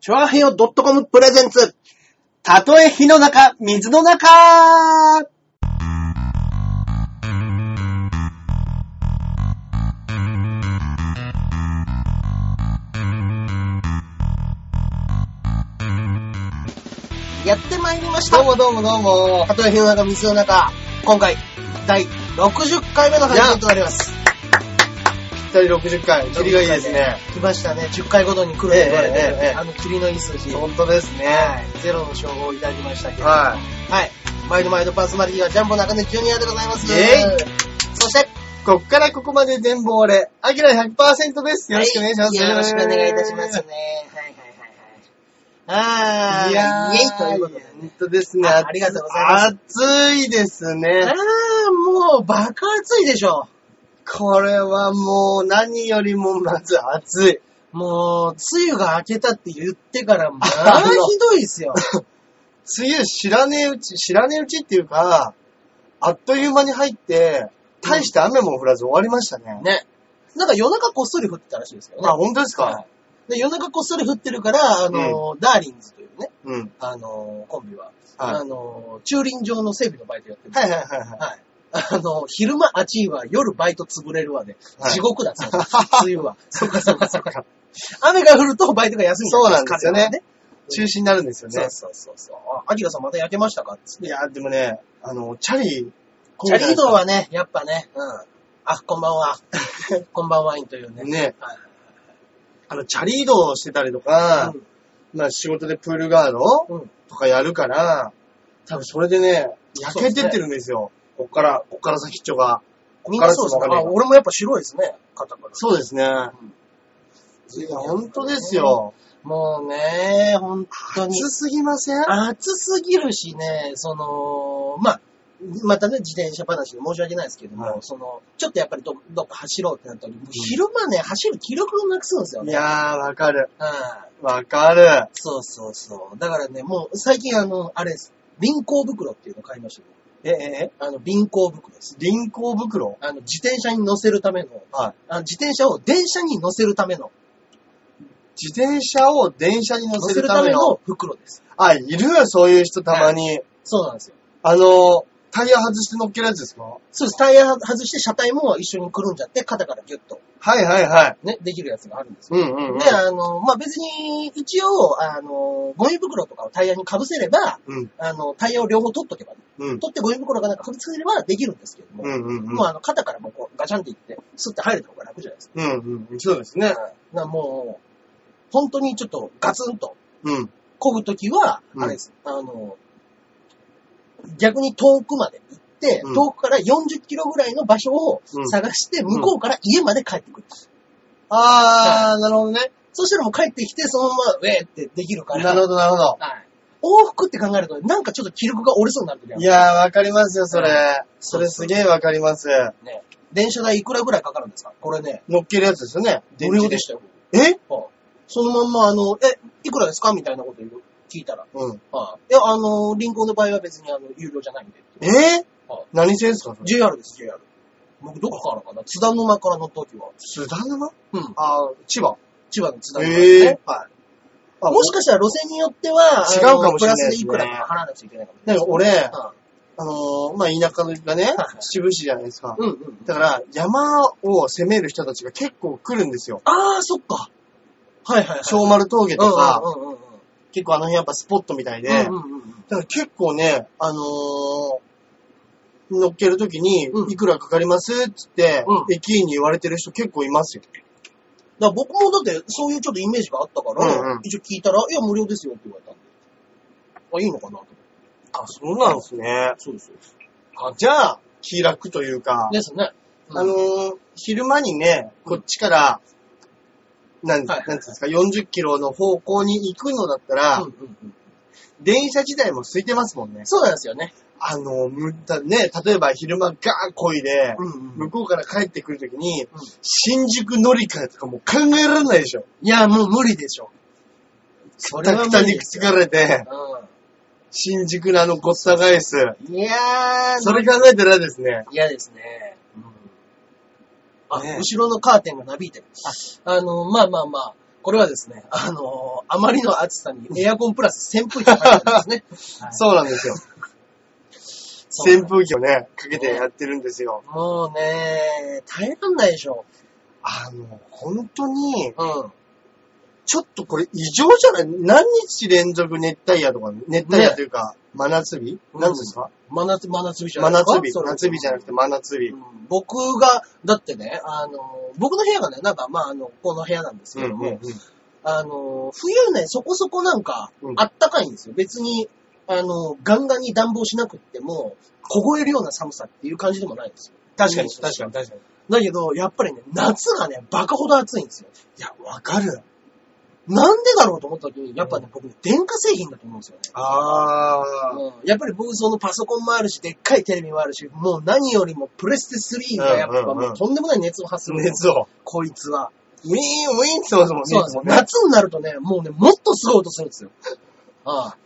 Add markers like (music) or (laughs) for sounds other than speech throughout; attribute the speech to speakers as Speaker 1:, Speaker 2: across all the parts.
Speaker 1: チョアヘヨ .com プレゼンツ。たとえ火の中、水の中やってまいりました。どうもどうもどうも。たとえ火の中、水の中。今回、第60回目の配信となります。
Speaker 2: ぴったり60回。キリがいいですね。
Speaker 1: 来ましたね。10回ごとに来るって言われて、
Speaker 2: ええええええ
Speaker 1: あの、霧のいい数字。
Speaker 2: 本当ですね。
Speaker 1: ゼロの称号をいただきましたけど。
Speaker 2: は
Speaker 1: はい。毎度毎度パーソナリティはジャンボ中根ジュニアでございます。
Speaker 2: イェ
Speaker 1: そして、
Speaker 2: い。こっからここまで全部俺、アキラ100%です。よろしくお願いします。
Speaker 1: はよろしくお願いいたしますね。はいはいはいはい。あー、
Speaker 2: いやー、
Speaker 1: イェイということでね。
Speaker 2: 本当ですね。。
Speaker 1: あありがとうございます
Speaker 2: 暑いです
Speaker 1: あー
Speaker 2: ね。、
Speaker 1: もう爆暑いでしょ。
Speaker 2: これはもう何よりもまず暑い。
Speaker 1: もう、梅雨が明けたって言ってから、まあ
Speaker 2: (laughs) あの
Speaker 1: ひどいです
Speaker 2: (laughs)
Speaker 1: よ。
Speaker 2: 梅雨知らねえうち、知らねえうちっていうか、あっという間に入って、大して雨も降らず終わりましたね。
Speaker 1: ね。なんか夜中こっそり降ってたらしいですけどね。
Speaker 2: あ、本当ですか、
Speaker 1: で夜中こっそり降ってるから、あの、ダーリンズというね、
Speaker 2: うん。
Speaker 1: あの、コンビは、
Speaker 2: は
Speaker 1: あの、駐輪場の整備のバイトやってる
Speaker 2: い。。はいはいはいはい。
Speaker 1: はい。あの、昼間暑いわ、夜バイト潰れるわで、
Speaker 2: はい
Speaker 1: 地
Speaker 2: (laughs)
Speaker 1: 獄だったんですよ。梅雨は。そうかそうかそうか。 (laughs) 雨が降るとバイトが休み
Speaker 2: そうなんですよね中止になるんですよね。
Speaker 1: 彼らはねそうそうそうそう。あ、アキラさんまた焼けましたかつって
Speaker 2: いや、でもね、あの、チャリ、
Speaker 1: チャリードはね、やっぱね、うん。あ、こんばんは。 (laughs) こんばんはインというね。
Speaker 2: ね、
Speaker 1: はい
Speaker 2: あの、チャリ移動をしてたりとか、まあ仕事でプールガード
Speaker 1: うん。うん。
Speaker 2: とかやるから、多分それでね、焼けてってるんですよ。こっから、こっから先っちょが。
Speaker 1: みんなそうです
Speaker 2: こっか
Speaker 1: ね。
Speaker 2: ら
Speaker 1: あ
Speaker 2: ですね
Speaker 1: 俺もやっぱ白いですね。肩から。
Speaker 2: そうですね。いや、本当ですよ。
Speaker 1: もうね、本当に。
Speaker 2: 暑すぎません
Speaker 1: 暑すぎるしね、その、まあ、またね、自転車話で申し訳ないですけども、
Speaker 2: はい
Speaker 1: その、ちょっとやっぱりど、どっか走ろうってなった時、もう昼間ね、走る気力をなくすんですよ
Speaker 2: い
Speaker 1: ね。
Speaker 2: やー、わかる。
Speaker 1: うん。
Speaker 2: わかる。
Speaker 1: そうそうそう。だからね、もう最近あの、あれです。輪行袋っていうの買いましたよ。
Speaker 2: え、え、え、
Speaker 1: あの、輪行袋です。
Speaker 2: 輪行袋
Speaker 1: あの、自転車に乗せるための、
Speaker 2: はい。
Speaker 1: あの自転車を電車に乗せるための、
Speaker 2: 自転車を電車に乗
Speaker 1: 乗
Speaker 2: せ
Speaker 1: せ
Speaker 2: る
Speaker 1: る
Speaker 2: た
Speaker 1: た
Speaker 2: め
Speaker 1: め
Speaker 2: の。
Speaker 1: の袋です。
Speaker 2: あ、いるよ、そういう人たまに。
Speaker 1: そうなんですよ。
Speaker 2: あの、タイヤ外して乗っけるやつですか
Speaker 1: そうです。タイヤ外して車体も一緒にくるんじゃって、肩からギュッと、
Speaker 2: はいはいはい。
Speaker 1: ね、できるやつがあるんですよ
Speaker 2: うんうんうん。
Speaker 1: で、あの、まあ、別に、一応、あの、ゴミ袋とかをタイヤに被せれば、
Speaker 2: うん
Speaker 1: あの、タイヤを両方取っとけば、
Speaker 2: うん
Speaker 1: 取ってゴミ袋がなんか被せればできるんですけれども、
Speaker 2: うんうんうん
Speaker 1: もうあの、肩からもうこうガチャンっていって、スッて入れた方が楽じゃないですか。
Speaker 2: うんうん。そうですね。
Speaker 1: なもう、本当にちょっとガツンと
Speaker 2: うん。
Speaker 1: 漕ぐときは、
Speaker 2: うん
Speaker 1: あれです、あの、逆に遠くまで行って、
Speaker 2: うん
Speaker 1: 遠くから40キロぐらいの場所を
Speaker 2: うん
Speaker 1: 探して、向こうから家まで帰ってくる。
Speaker 2: あー、なるほどね。
Speaker 1: そしたらもう帰ってきて、そのまま、ウェーってできるから。
Speaker 2: なるほど、なるほど。
Speaker 1: はい。往復って考えると、なんかちょっと気力が折れそうになる時ある
Speaker 2: いやー、わかりますよ、それ
Speaker 1: う。
Speaker 2: それすげーわかります。
Speaker 1: ね。電車代いくらぐらいかかるんですかこれね、
Speaker 2: 乗っけるやつですよね。
Speaker 1: 無料でしたよ。
Speaker 2: え
Speaker 1: はいそのまんま、あの、え、いくらですかみたいなこと言う聞いたら。
Speaker 2: うん。
Speaker 1: はいいや、あの、銀行の場合は別にあの、有料じゃないんで。
Speaker 2: えー
Speaker 1: はい
Speaker 2: 何線ですかそれ
Speaker 1: JR です、JR。僕、どこからかな津田沼から乗った時は。
Speaker 2: 津田沼
Speaker 1: うん。
Speaker 2: あー、千葉。
Speaker 1: 千葉の津田沼です
Speaker 2: え
Speaker 1: ね
Speaker 2: ー。。はい。あ
Speaker 1: もしかしたら路線によっては、あの
Speaker 2: 違うかもしれないですね
Speaker 1: プラスでいくらか払わなくちゃいけないかもしれ
Speaker 2: で
Speaker 1: ない
Speaker 2: も俺、
Speaker 1: は
Speaker 2: あのー、まあ、田舎がね
Speaker 1: は、い
Speaker 2: 秩父市じゃないですか
Speaker 1: い。うんうん。
Speaker 2: だから、山を攻める人たちが結構来るんですよ。
Speaker 1: あー、そっか。はいはいはい。
Speaker 2: 小丸峠とか、
Speaker 1: うんうんうんうん。
Speaker 2: 結構あの辺やっぱスポットみたいで、
Speaker 1: うんうんうん
Speaker 2: だから結構ね、あのー乗っけるときに
Speaker 1: う、ん
Speaker 2: いくらかかりますっつって、
Speaker 1: うん
Speaker 2: 駅員に言われてる人結構いますよ。
Speaker 1: だから僕もだって、そういうちょっとイメージがあったから、
Speaker 2: うんうん
Speaker 1: 一応聞いたら、いや、無料ですよって言われたんで。あ、いいのかなと思って。
Speaker 2: あ、そうなんですね。
Speaker 1: そうですよ。
Speaker 2: あじゃあ、気楽というか、
Speaker 1: ですね。
Speaker 2: あのー昼間にね、こっちから、なん、
Speaker 1: はい
Speaker 2: なんつうんですか、40キロの方向に行くのだったら、
Speaker 1: うんうんうん、
Speaker 2: 電車自体も空いてますもんね。
Speaker 1: そうなんですよね。
Speaker 2: あのーむだね、例えば昼間ガーンこいで、
Speaker 1: ん
Speaker 2: 向こうから帰ってくるときに、
Speaker 1: うん
Speaker 2: 新宿乗り換えとかもう考えられないでしょ。
Speaker 1: いや、もう無理でしょ。そ
Speaker 2: くたくたにくつかれて、
Speaker 1: う
Speaker 2: 新宿のあのごった返す。
Speaker 1: ん。いやー、
Speaker 2: それ考えたらですね。
Speaker 1: 嫌ですね。うんあ、
Speaker 2: ね
Speaker 1: 後ろのカーテンがなびいてる。あの、まあまあまあ、これはですね、あのーあまりの暑さにエアコンプラス扇風機が入ってるん (laughs) ですね。はい
Speaker 2: そうなんですよ。
Speaker 1: そう
Speaker 2: 扇風機をね、かけてやってるんですよ。
Speaker 1: もうね、耐えらんないでしょ。
Speaker 2: あの、本当に、
Speaker 1: うん。
Speaker 2: ちょっとこれ異常じゃない何日連続熱帯夜とか、熱帯夜というか、真夏日
Speaker 1: うん
Speaker 2: 何ですか
Speaker 1: 真夏、真夏日じゃな
Speaker 2: 真
Speaker 1: いです
Speaker 2: 夏日。
Speaker 1: かそれ
Speaker 2: 夏日じゃなくて真夏日
Speaker 1: う。ん僕が、だってね、あのー僕の部屋がね、なんか、まあ、あの、この部屋なんです
Speaker 2: う
Speaker 1: け
Speaker 2: ん
Speaker 1: ど
Speaker 2: うん
Speaker 1: も、
Speaker 2: うん。
Speaker 1: あの、冬ね、そこそこなんか
Speaker 2: うん、
Speaker 1: あったかいんですよ。別に、あの、ガンガンに暖房しなくっても、凍えるような寒さっていう感じでもないんですよ。
Speaker 2: 確かに、
Speaker 1: うん
Speaker 2: 確かに、確かに。
Speaker 1: だけど、やっぱりね、夏がね、バカほど暑いんですよ。
Speaker 2: いや、わかる。
Speaker 1: なんでだろうと思った時に、やっぱね、僕ね、電化製品だと思うんですよね。
Speaker 2: あー。
Speaker 1: うん、やっぱり僕、そのパソコンもあるし、でっかいテレビもあるし、もう何よりもプレステ3がやっぱ
Speaker 2: うんうんうん
Speaker 1: もうとんでもない熱を発する。
Speaker 2: 熱を。
Speaker 1: こいつは。
Speaker 2: ウィーン、ウィーンってますもんね。
Speaker 1: そうなんですよ。
Speaker 2: いつもね
Speaker 1: 夏になるとね、もうね、もっとすごい音するんですよ。ああ。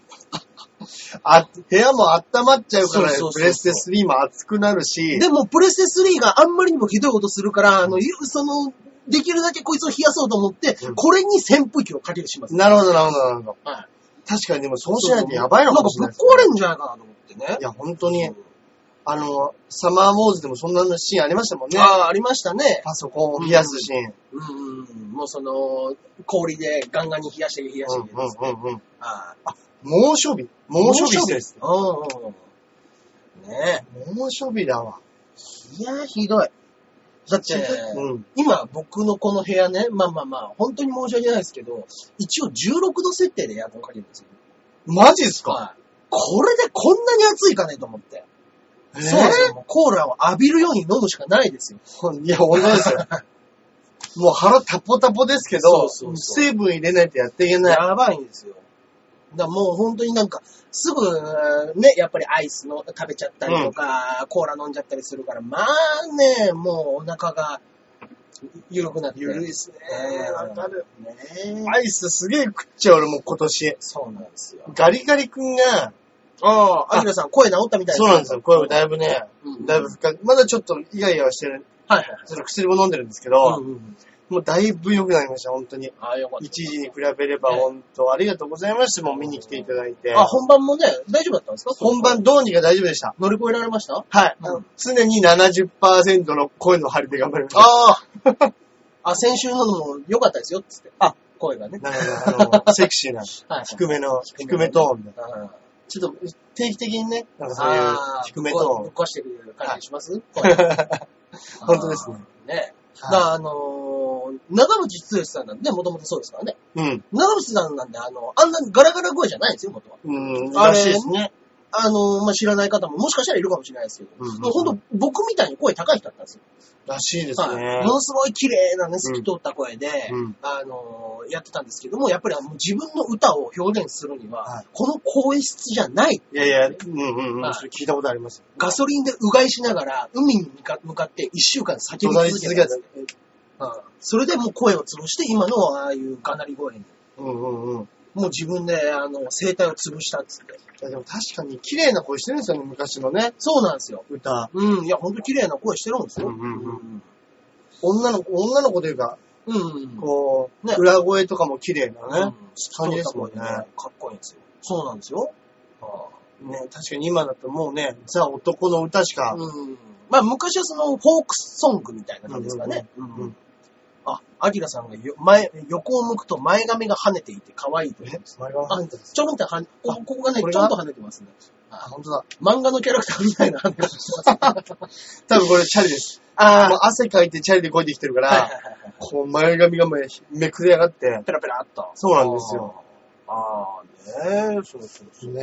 Speaker 2: あ、部屋も温まっちゃうから
Speaker 1: そうそうそう、そう
Speaker 2: プレステ3も熱くなるし、
Speaker 1: でも、プレステ3があんまりにもひどいことするから、あの、ゆその、できるだけこいつを冷やそうと思って、
Speaker 2: うん
Speaker 1: これに扇風機をかけてしまった。
Speaker 2: なるほど、なるほど、なるほど。
Speaker 1: はい。
Speaker 2: 確かに、でもそうしないとやばいのかもしれ
Speaker 1: な
Speaker 2: なんい
Speaker 1: かぶっ壊れんじゃないかなと思ってね。
Speaker 2: いや、本当に、あの、サマーウォーズでもそんなのシーンありましたもんね。
Speaker 1: ああ、ありましたね。
Speaker 2: パソコンを冷やすシーン。
Speaker 1: うんうん。もうその、氷でガンガンに冷やして冷やして。
Speaker 2: うんうんうんうん。
Speaker 1: ああ
Speaker 2: 猛暑日。猛暑日です。。
Speaker 1: 猛暑日うんうんうん。ね
Speaker 2: 猛暑日だわ。
Speaker 1: え。いやー、ひどい。だって、
Speaker 2: うん。
Speaker 1: 今僕のこの部屋ね、まあまあまあ、本当に申し訳ないですけど、一応16度設定でエアコンかけるんですよ。
Speaker 2: マジっすか
Speaker 1: はい。これでこんなに暑いかねと思って。
Speaker 2: え
Speaker 1: そうですよ。もうコーラを浴びるように飲むしかないですよ。
Speaker 2: いや、本当ですよ。もう腹タポタポですけど、
Speaker 1: そうそうそう
Speaker 2: 水分入れないとやっていけない。
Speaker 1: やばいんですよ。だからもう本当になんか、すぐ、ね、やっぱりアイスの食べちゃったりとか、コーラ飲んじゃったりするから、まあね、もうお腹が緩くなって。
Speaker 2: 緩い
Speaker 1: で
Speaker 2: です
Speaker 1: ね
Speaker 2: わかる。
Speaker 1: ね
Speaker 2: アイスすげえ食っちゃう、俺もう今年。
Speaker 1: そうなんですよ。
Speaker 2: ガリガリ君が、
Speaker 1: ああ、アキラさん声治ったみたい
Speaker 2: そうなんですよ。これだいぶね、
Speaker 1: うん
Speaker 2: だいぶ復活、まだちょっとイガイガはしてる。
Speaker 1: はいはい
Speaker 2: その薬も飲んでるんですけ
Speaker 1: はい。
Speaker 2: ど、
Speaker 1: うんうんうん
Speaker 2: もうだいぶ良くなりました、本当に。
Speaker 1: ああ、よかった。
Speaker 2: 一時に比べれば本当ありがとうございました。もう見に来ていただいて。
Speaker 1: あ、本番もね、大丈夫だったんですか
Speaker 2: 本番どうにか大丈夫でした。
Speaker 1: 乗り越えられました
Speaker 2: はい。
Speaker 1: うん
Speaker 2: 常に70%の声の張りで頑張りました。
Speaker 1: ああ。あ、先週のも良かったですよ、つって。あ、声がね。
Speaker 2: なんかあの、セクシーな、
Speaker 1: はい
Speaker 2: 低めの、
Speaker 1: 低め
Speaker 2: 低めトーンで。
Speaker 1: ああ
Speaker 2: ちょっと定期的にね、なんかそういう
Speaker 1: ああ
Speaker 2: 低め
Speaker 1: ぶっ
Speaker 2: ト
Speaker 1: 壊してくれる感じします
Speaker 2: ー
Speaker 1: 声
Speaker 2: ン。本当ですね。
Speaker 1: ね。だか
Speaker 2: は
Speaker 1: らあのー、長渕剛さんなんで、もともとそうですからね。
Speaker 2: いうん。
Speaker 1: 長渕さんなんで、あの、あんなガラガラ声じゃないんですよ、元は。
Speaker 2: うん、
Speaker 1: あれ
Speaker 2: らしいですね。
Speaker 1: あのー、まあ、知らない方ももしかしたらいるかもしれないですけど、
Speaker 2: うんうんうん
Speaker 1: もうほんと僕みたいに声高い人だったんですよ。
Speaker 2: らしいですね
Speaker 1: はい。も。のすごい綺麗なね、透き通った声で、
Speaker 2: うん
Speaker 1: あのーやってたんですけども、やっぱりあの自分の歌を表現するには、
Speaker 2: はい
Speaker 1: この声質じゃない。
Speaker 2: いやいや、うんうんう
Speaker 1: はい
Speaker 2: ん。それ聞いたことあります。
Speaker 1: ガソリンでうがいしながら、海に向か向かって一週間叫び
Speaker 2: 隣
Speaker 1: 続け
Speaker 2: り
Speaker 1: た
Speaker 2: 続
Speaker 1: ん
Speaker 2: け
Speaker 1: で
Speaker 2: た
Speaker 1: す。うんそれでもう声を潰して、今のああいうかなり声に、
Speaker 2: うんうんうん。
Speaker 1: もう自分であの声帯を潰したっつって。
Speaker 2: いやでも確かに綺麗な声してるんですよね、昔のね、
Speaker 1: そうなんですよ。
Speaker 2: 歌。
Speaker 1: うん、いや、ほんと綺麗な声してるんですよ。。
Speaker 2: うんうんうん女の子、女の子というか、
Speaker 1: うんうん。
Speaker 2: こう、
Speaker 1: ね
Speaker 2: 裏声とかも綺麗
Speaker 1: う
Speaker 2: なんね、感じですもんね。
Speaker 1: そうだかっこいいんですよ。そうなんですよ。ああ
Speaker 2: ね、確かに今だともうね、ザ男の歌しか、
Speaker 1: うんまあ、昔はその、フォークソングみたいな感じですかね。
Speaker 2: うんうん
Speaker 1: うんあ、アキラさんがよ前、横を向くと前髪が跳ねていて可愛いとね。
Speaker 2: 前が
Speaker 1: あ、ちょんってはね、こここがね、
Speaker 2: これ
Speaker 1: ち
Speaker 2: が
Speaker 1: ょんと跳ねてますね。
Speaker 2: あ、本当だ。
Speaker 1: 漫画のキャラクターみたいな跳ね
Speaker 2: (laughs)
Speaker 1: 方してます。
Speaker 2: 多分これチャリです。
Speaker 1: あ
Speaker 2: もう汗かいてチャリでこいできてるか
Speaker 1: はいはい
Speaker 2: ら、
Speaker 1: はいはい。
Speaker 2: こう前髪がめめくれ上がって、
Speaker 1: ペラペラっと。
Speaker 2: そうなんですよ。
Speaker 1: ああ、ねえ、そうそうそ
Speaker 2: ね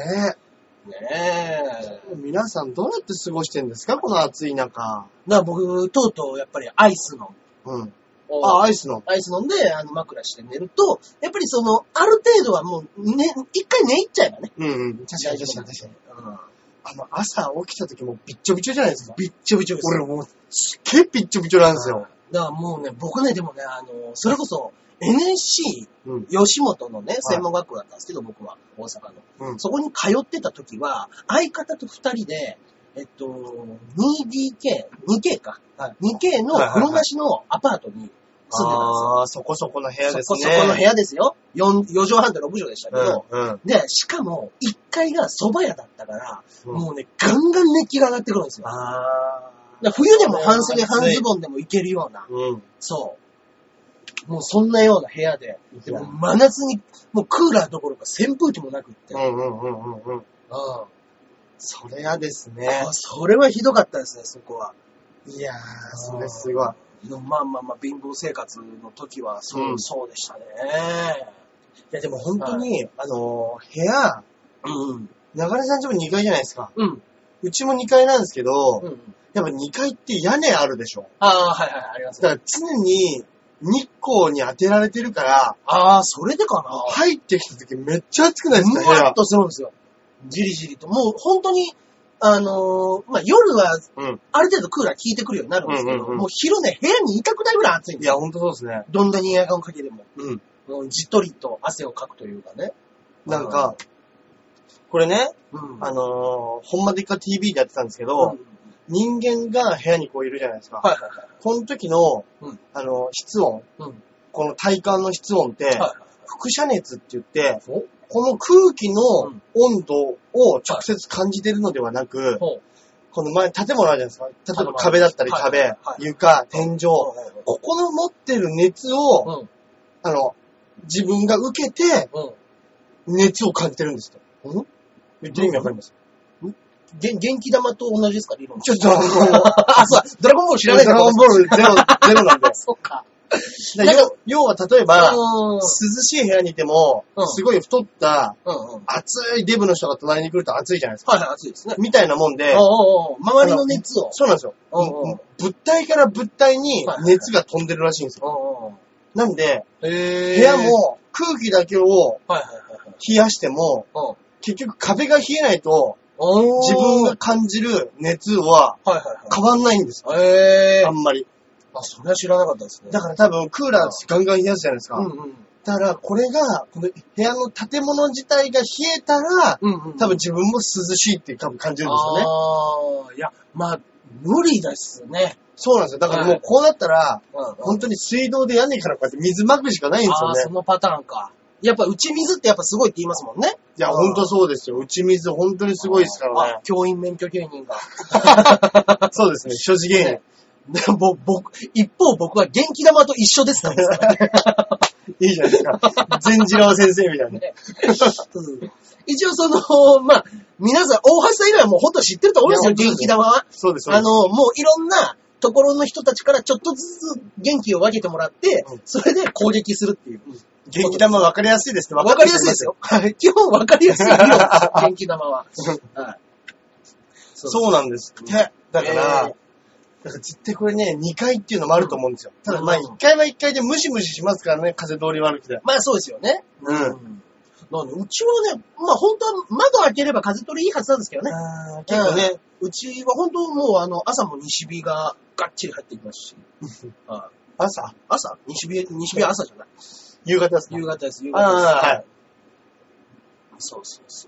Speaker 1: う。ねえ。
Speaker 2: え、皆さんどうやって過ごしてんですかこの暑い中。
Speaker 1: だから僕、とうとうやっぱりアイスの、
Speaker 2: うん。あ、アイスの。
Speaker 1: アイス飲んで、あの、枕して寝ると、やっぱりその、ある程度はもう、ね、一回寝入っちゃえばね。
Speaker 2: うんうん。確かに確かに確かに。
Speaker 1: うん
Speaker 2: あの、朝起きた時もびっちょびちょじゃないですか。
Speaker 1: びっちょびちょです。
Speaker 2: 俺もう、すっげえびっちょびちょなんですよ。
Speaker 1: だからもうね、僕ね、でもね、あの、それこそ NSC
Speaker 2: うん。
Speaker 1: 吉本のね、専門学校だったんですけど、僕は、大阪の。
Speaker 2: うん。
Speaker 1: そこに通ってた時は、相方と二人で、えっと、2DK、2K か。
Speaker 2: は
Speaker 1: 2K の
Speaker 2: はいはいはい
Speaker 1: 風呂なしのアパートに、住んでたんですよ。
Speaker 2: ああ、そこそこの部屋です
Speaker 1: そ
Speaker 2: ね。
Speaker 1: こそこの部屋ですよ。4, 4畳半と6畳でしたけど。
Speaker 2: うん、うん。
Speaker 1: で、しかも、1階が蕎麦屋だったから、
Speaker 2: うん
Speaker 1: もうね、ガンガン熱気が上がってくるんですよ。
Speaker 2: あ
Speaker 1: だから冬でも半袖半ズボンでもいけるような、
Speaker 2: うん。
Speaker 1: そう。もうそんなような部屋で、でも真夏に、もうクーラーどころか扇風機もなくって、
Speaker 2: う
Speaker 1: うん
Speaker 2: んうんうんうんうん。それ嫌ですね
Speaker 1: あ。それはひどかったですね、そこは。
Speaker 2: いやー、それすごい。
Speaker 1: でもまあまあまあ、貧乏生活の時はそう、
Speaker 2: うん
Speaker 1: そうでしたね。
Speaker 2: いや、でも本当に、あのー、部屋、
Speaker 1: うん。
Speaker 2: 流れさんちも2階じゃないですか。
Speaker 1: うん。
Speaker 2: うちも2階なんですけど、
Speaker 1: うん。
Speaker 2: やっぱ2階って屋根あるでしょ。
Speaker 1: ああ、はいはい、ありますね。
Speaker 2: だから常に日光に当てられてるから、
Speaker 1: ああ、それでかな。
Speaker 2: 入ってきた時めっちゃ暑くないですか
Speaker 1: む
Speaker 2: 部
Speaker 1: わ
Speaker 2: 屋
Speaker 1: っ。とするんですよ。じりじりと。もう本当に、あのーまあ、夜は
Speaker 2: うん。
Speaker 1: ある程度クーラー効いてくるようになるんですけど、
Speaker 2: うんうんうん
Speaker 1: もう昼ね、部屋にいたくないぐらい暑いん
Speaker 2: い
Speaker 1: ですよ。
Speaker 2: や、ほんとそうですね。
Speaker 1: どんなにエアコンかけても、
Speaker 2: うん。
Speaker 1: うんじっとりと汗をかくというかね。
Speaker 2: なんか、これね、
Speaker 1: うん、
Speaker 2: あのー、ほんまでっか TV でやってたんですけど、
Speaker 1: うん
Speaker 2: 人間が部屋にこういるじゃないですか。
Speaker 1: はいはいはい。
Speaker 2: この時の、
Speaker 1: うん
Speaker 2: あの、室温、
Speaker 1: うん
Speaker 2: この体感の室温って、
Speaker 1: はいはい
Speaker 2: 輻射熱って言って、
Speaker 1: ほ
Speaker 2: この空気
Speaker 1: う
Speaker 2: の
Speaker 1: ん
Speaker 2: 温度を直接感じてるのではなく、
Speaker 1: ほう
Speaker 2: この前、建物あるじゃないですか。例えば
Speaker 1: はい
Speaker 2: 壁だったり
Speaker 1: はい
Speaker 2: 壁、
Speaker 1: はい
Speaker 2: 床、天井、
Speaker 1: ほう
Speaker 2: ここの持ってる熱を、
Speaker 1: ほう
Speaker 2: あの、自分が受けて
Speaker 1: うん。うん。
Speaker 2: 熱を感じてるんですと。
Speaker 1: うん
Speaker 2: 言ってる意味わかります
Speaker 1: 元元気玉と同じですか理論。
Speaker 2: ちょっと、あの、
Speaker 1: (laughs) あ、そうだ。ドラゴンボール知らな
Speaker 2: (laughs)
Speaker 1: い
Speaker 2: ドラゴンボールゼロ、ゼ (laughs) ロなんで。
Speaker 1: そうか。
Speaker 2: だから要要は例えば、
Speaker 1: うん。
Speaker 2: 涼しい部屋にいても、
Speaker 1: うん
Speaker 2: すごい太った、
Speaker 1: うんうん。
Speaker 2: 熱いデブの人が隣に来ると熱いじゃないですか。
Speaker 1: はいはい、暑いですね。
Speaker 2: みたいなもんで
Speaker 1: おう、おうおう周りの熱を。
Speaker 2: そうなんですよ。
Speaker 1: おうおう
Speaker 2: 物体から物体に
Speaker 1: はい
Speaker 2: 熱が飛んでるらしいんですよ。
Speaker 1: おうおう
Speaker 2: なんで、部
Speaker 1: へー
Speaker 2: 屋、も空気だけを
Speaker 1: はいはいはいはい。
Speaker 2: 冷やしても、
Speaker 1: うん
Speaker 2: 結局壁が冷えないと、
Speaker 1: おー
Speaker 2: 自分が感じる熱は
Speaker 1: はいは
Speaker 2: 変わんないんですよ。
Speaker 1: いはい。ええ
Speaker 2: あんまり。
Speaker 1: あ、それは知らなかったですね。
Speaker 2: だから多分クーラーガンガン冷やすじゃないですか。
Speaker 1: うんうん。
Speaker 2: だからこれが、この部屋の建物自体が冷えたら、
Speaker 1: うんうん。
Speaker 2: 多分自分も涼しいって多分感じるんですよね。
Speaker 1: ああ、いや、まあ、無理ですね。
Speaker 2: そうなんですよ。だからもうこうなったら、
Speaker 1: うんうん
Speaker 2: 本当に水道で屋根からこうやって水まくしかないんです
Speaker 1: あ
Speaker 2: よ
Speaker 1: あ、
Speaker 2: ね
Speaker 1: そ。のパターンか。やっぱ、打ち水ってやっぱすごいって言いますもんね。
Speaker 2: いや、
Speaker 1: あー
Speaker 2: ほんとそうですよ。打ち水本当にすごいですから
Speaker 1: あ教員免許芸人が。
Speaker 2: ね。 (laughs) そうですね。所持芸人
Speaker 1: ね。でぼ僕、一方僕は元気玉と一緒ですからね (laughs)
Speaker 2: いいじゃないです (laughs) か。全次郎先生みたいな。
Speaker 1: うん一応その、まあ、皆さん、大橋さん以外はもう本当知ってると思いますよ、
Speaker 2: いや
Speaker 1: 元気玉は。
Speaker 2: そうです、そう
Speaker 1: あ
Speaker 2: です。
Speaker 1: の、もういろんなところの人たちからちょっとずつ元気を分けてもらって
Speaker 2: うん、
Speaker 1: それで攻撃するっていう。
Speaker 2: 元気玉分かりやすいですって分
Speaker 1: わかりやすいですよ。。 (laughs) はい基本わかりやすい理論ですよ。元気玉 (laughs) は。はい
Speaker 2: そうなんですって。だから、
Speaker 1: えー
Speaker 2: だから絶対これね、2回っていうのもあると思うんですよ。ただまあ
Speaker 1: うん
Speaker 2: 1回は1回でムシムシしますからね、風通り悪くて。
Speaker 1: まあそうですよね。
Speaker 2: うん
Speaker 1: ん。なんで、うちはね、まあ本当は窓開ければ風通りいいはずなんですけどね。
Speaker 2: 結構ね、
Speaker 1: うん。うちは本当もうあの、朝も西日ががっちり入ってきますし。はい
Speaker 2: 朝、
Speaker 1: 朝西日、西日は朝じゃない。
Speaker 2: 夕方ですか
Speaker 1: 夕方です、夕方です。
Speaker 2: ああ、はい。
Speaker 1: そうそうそ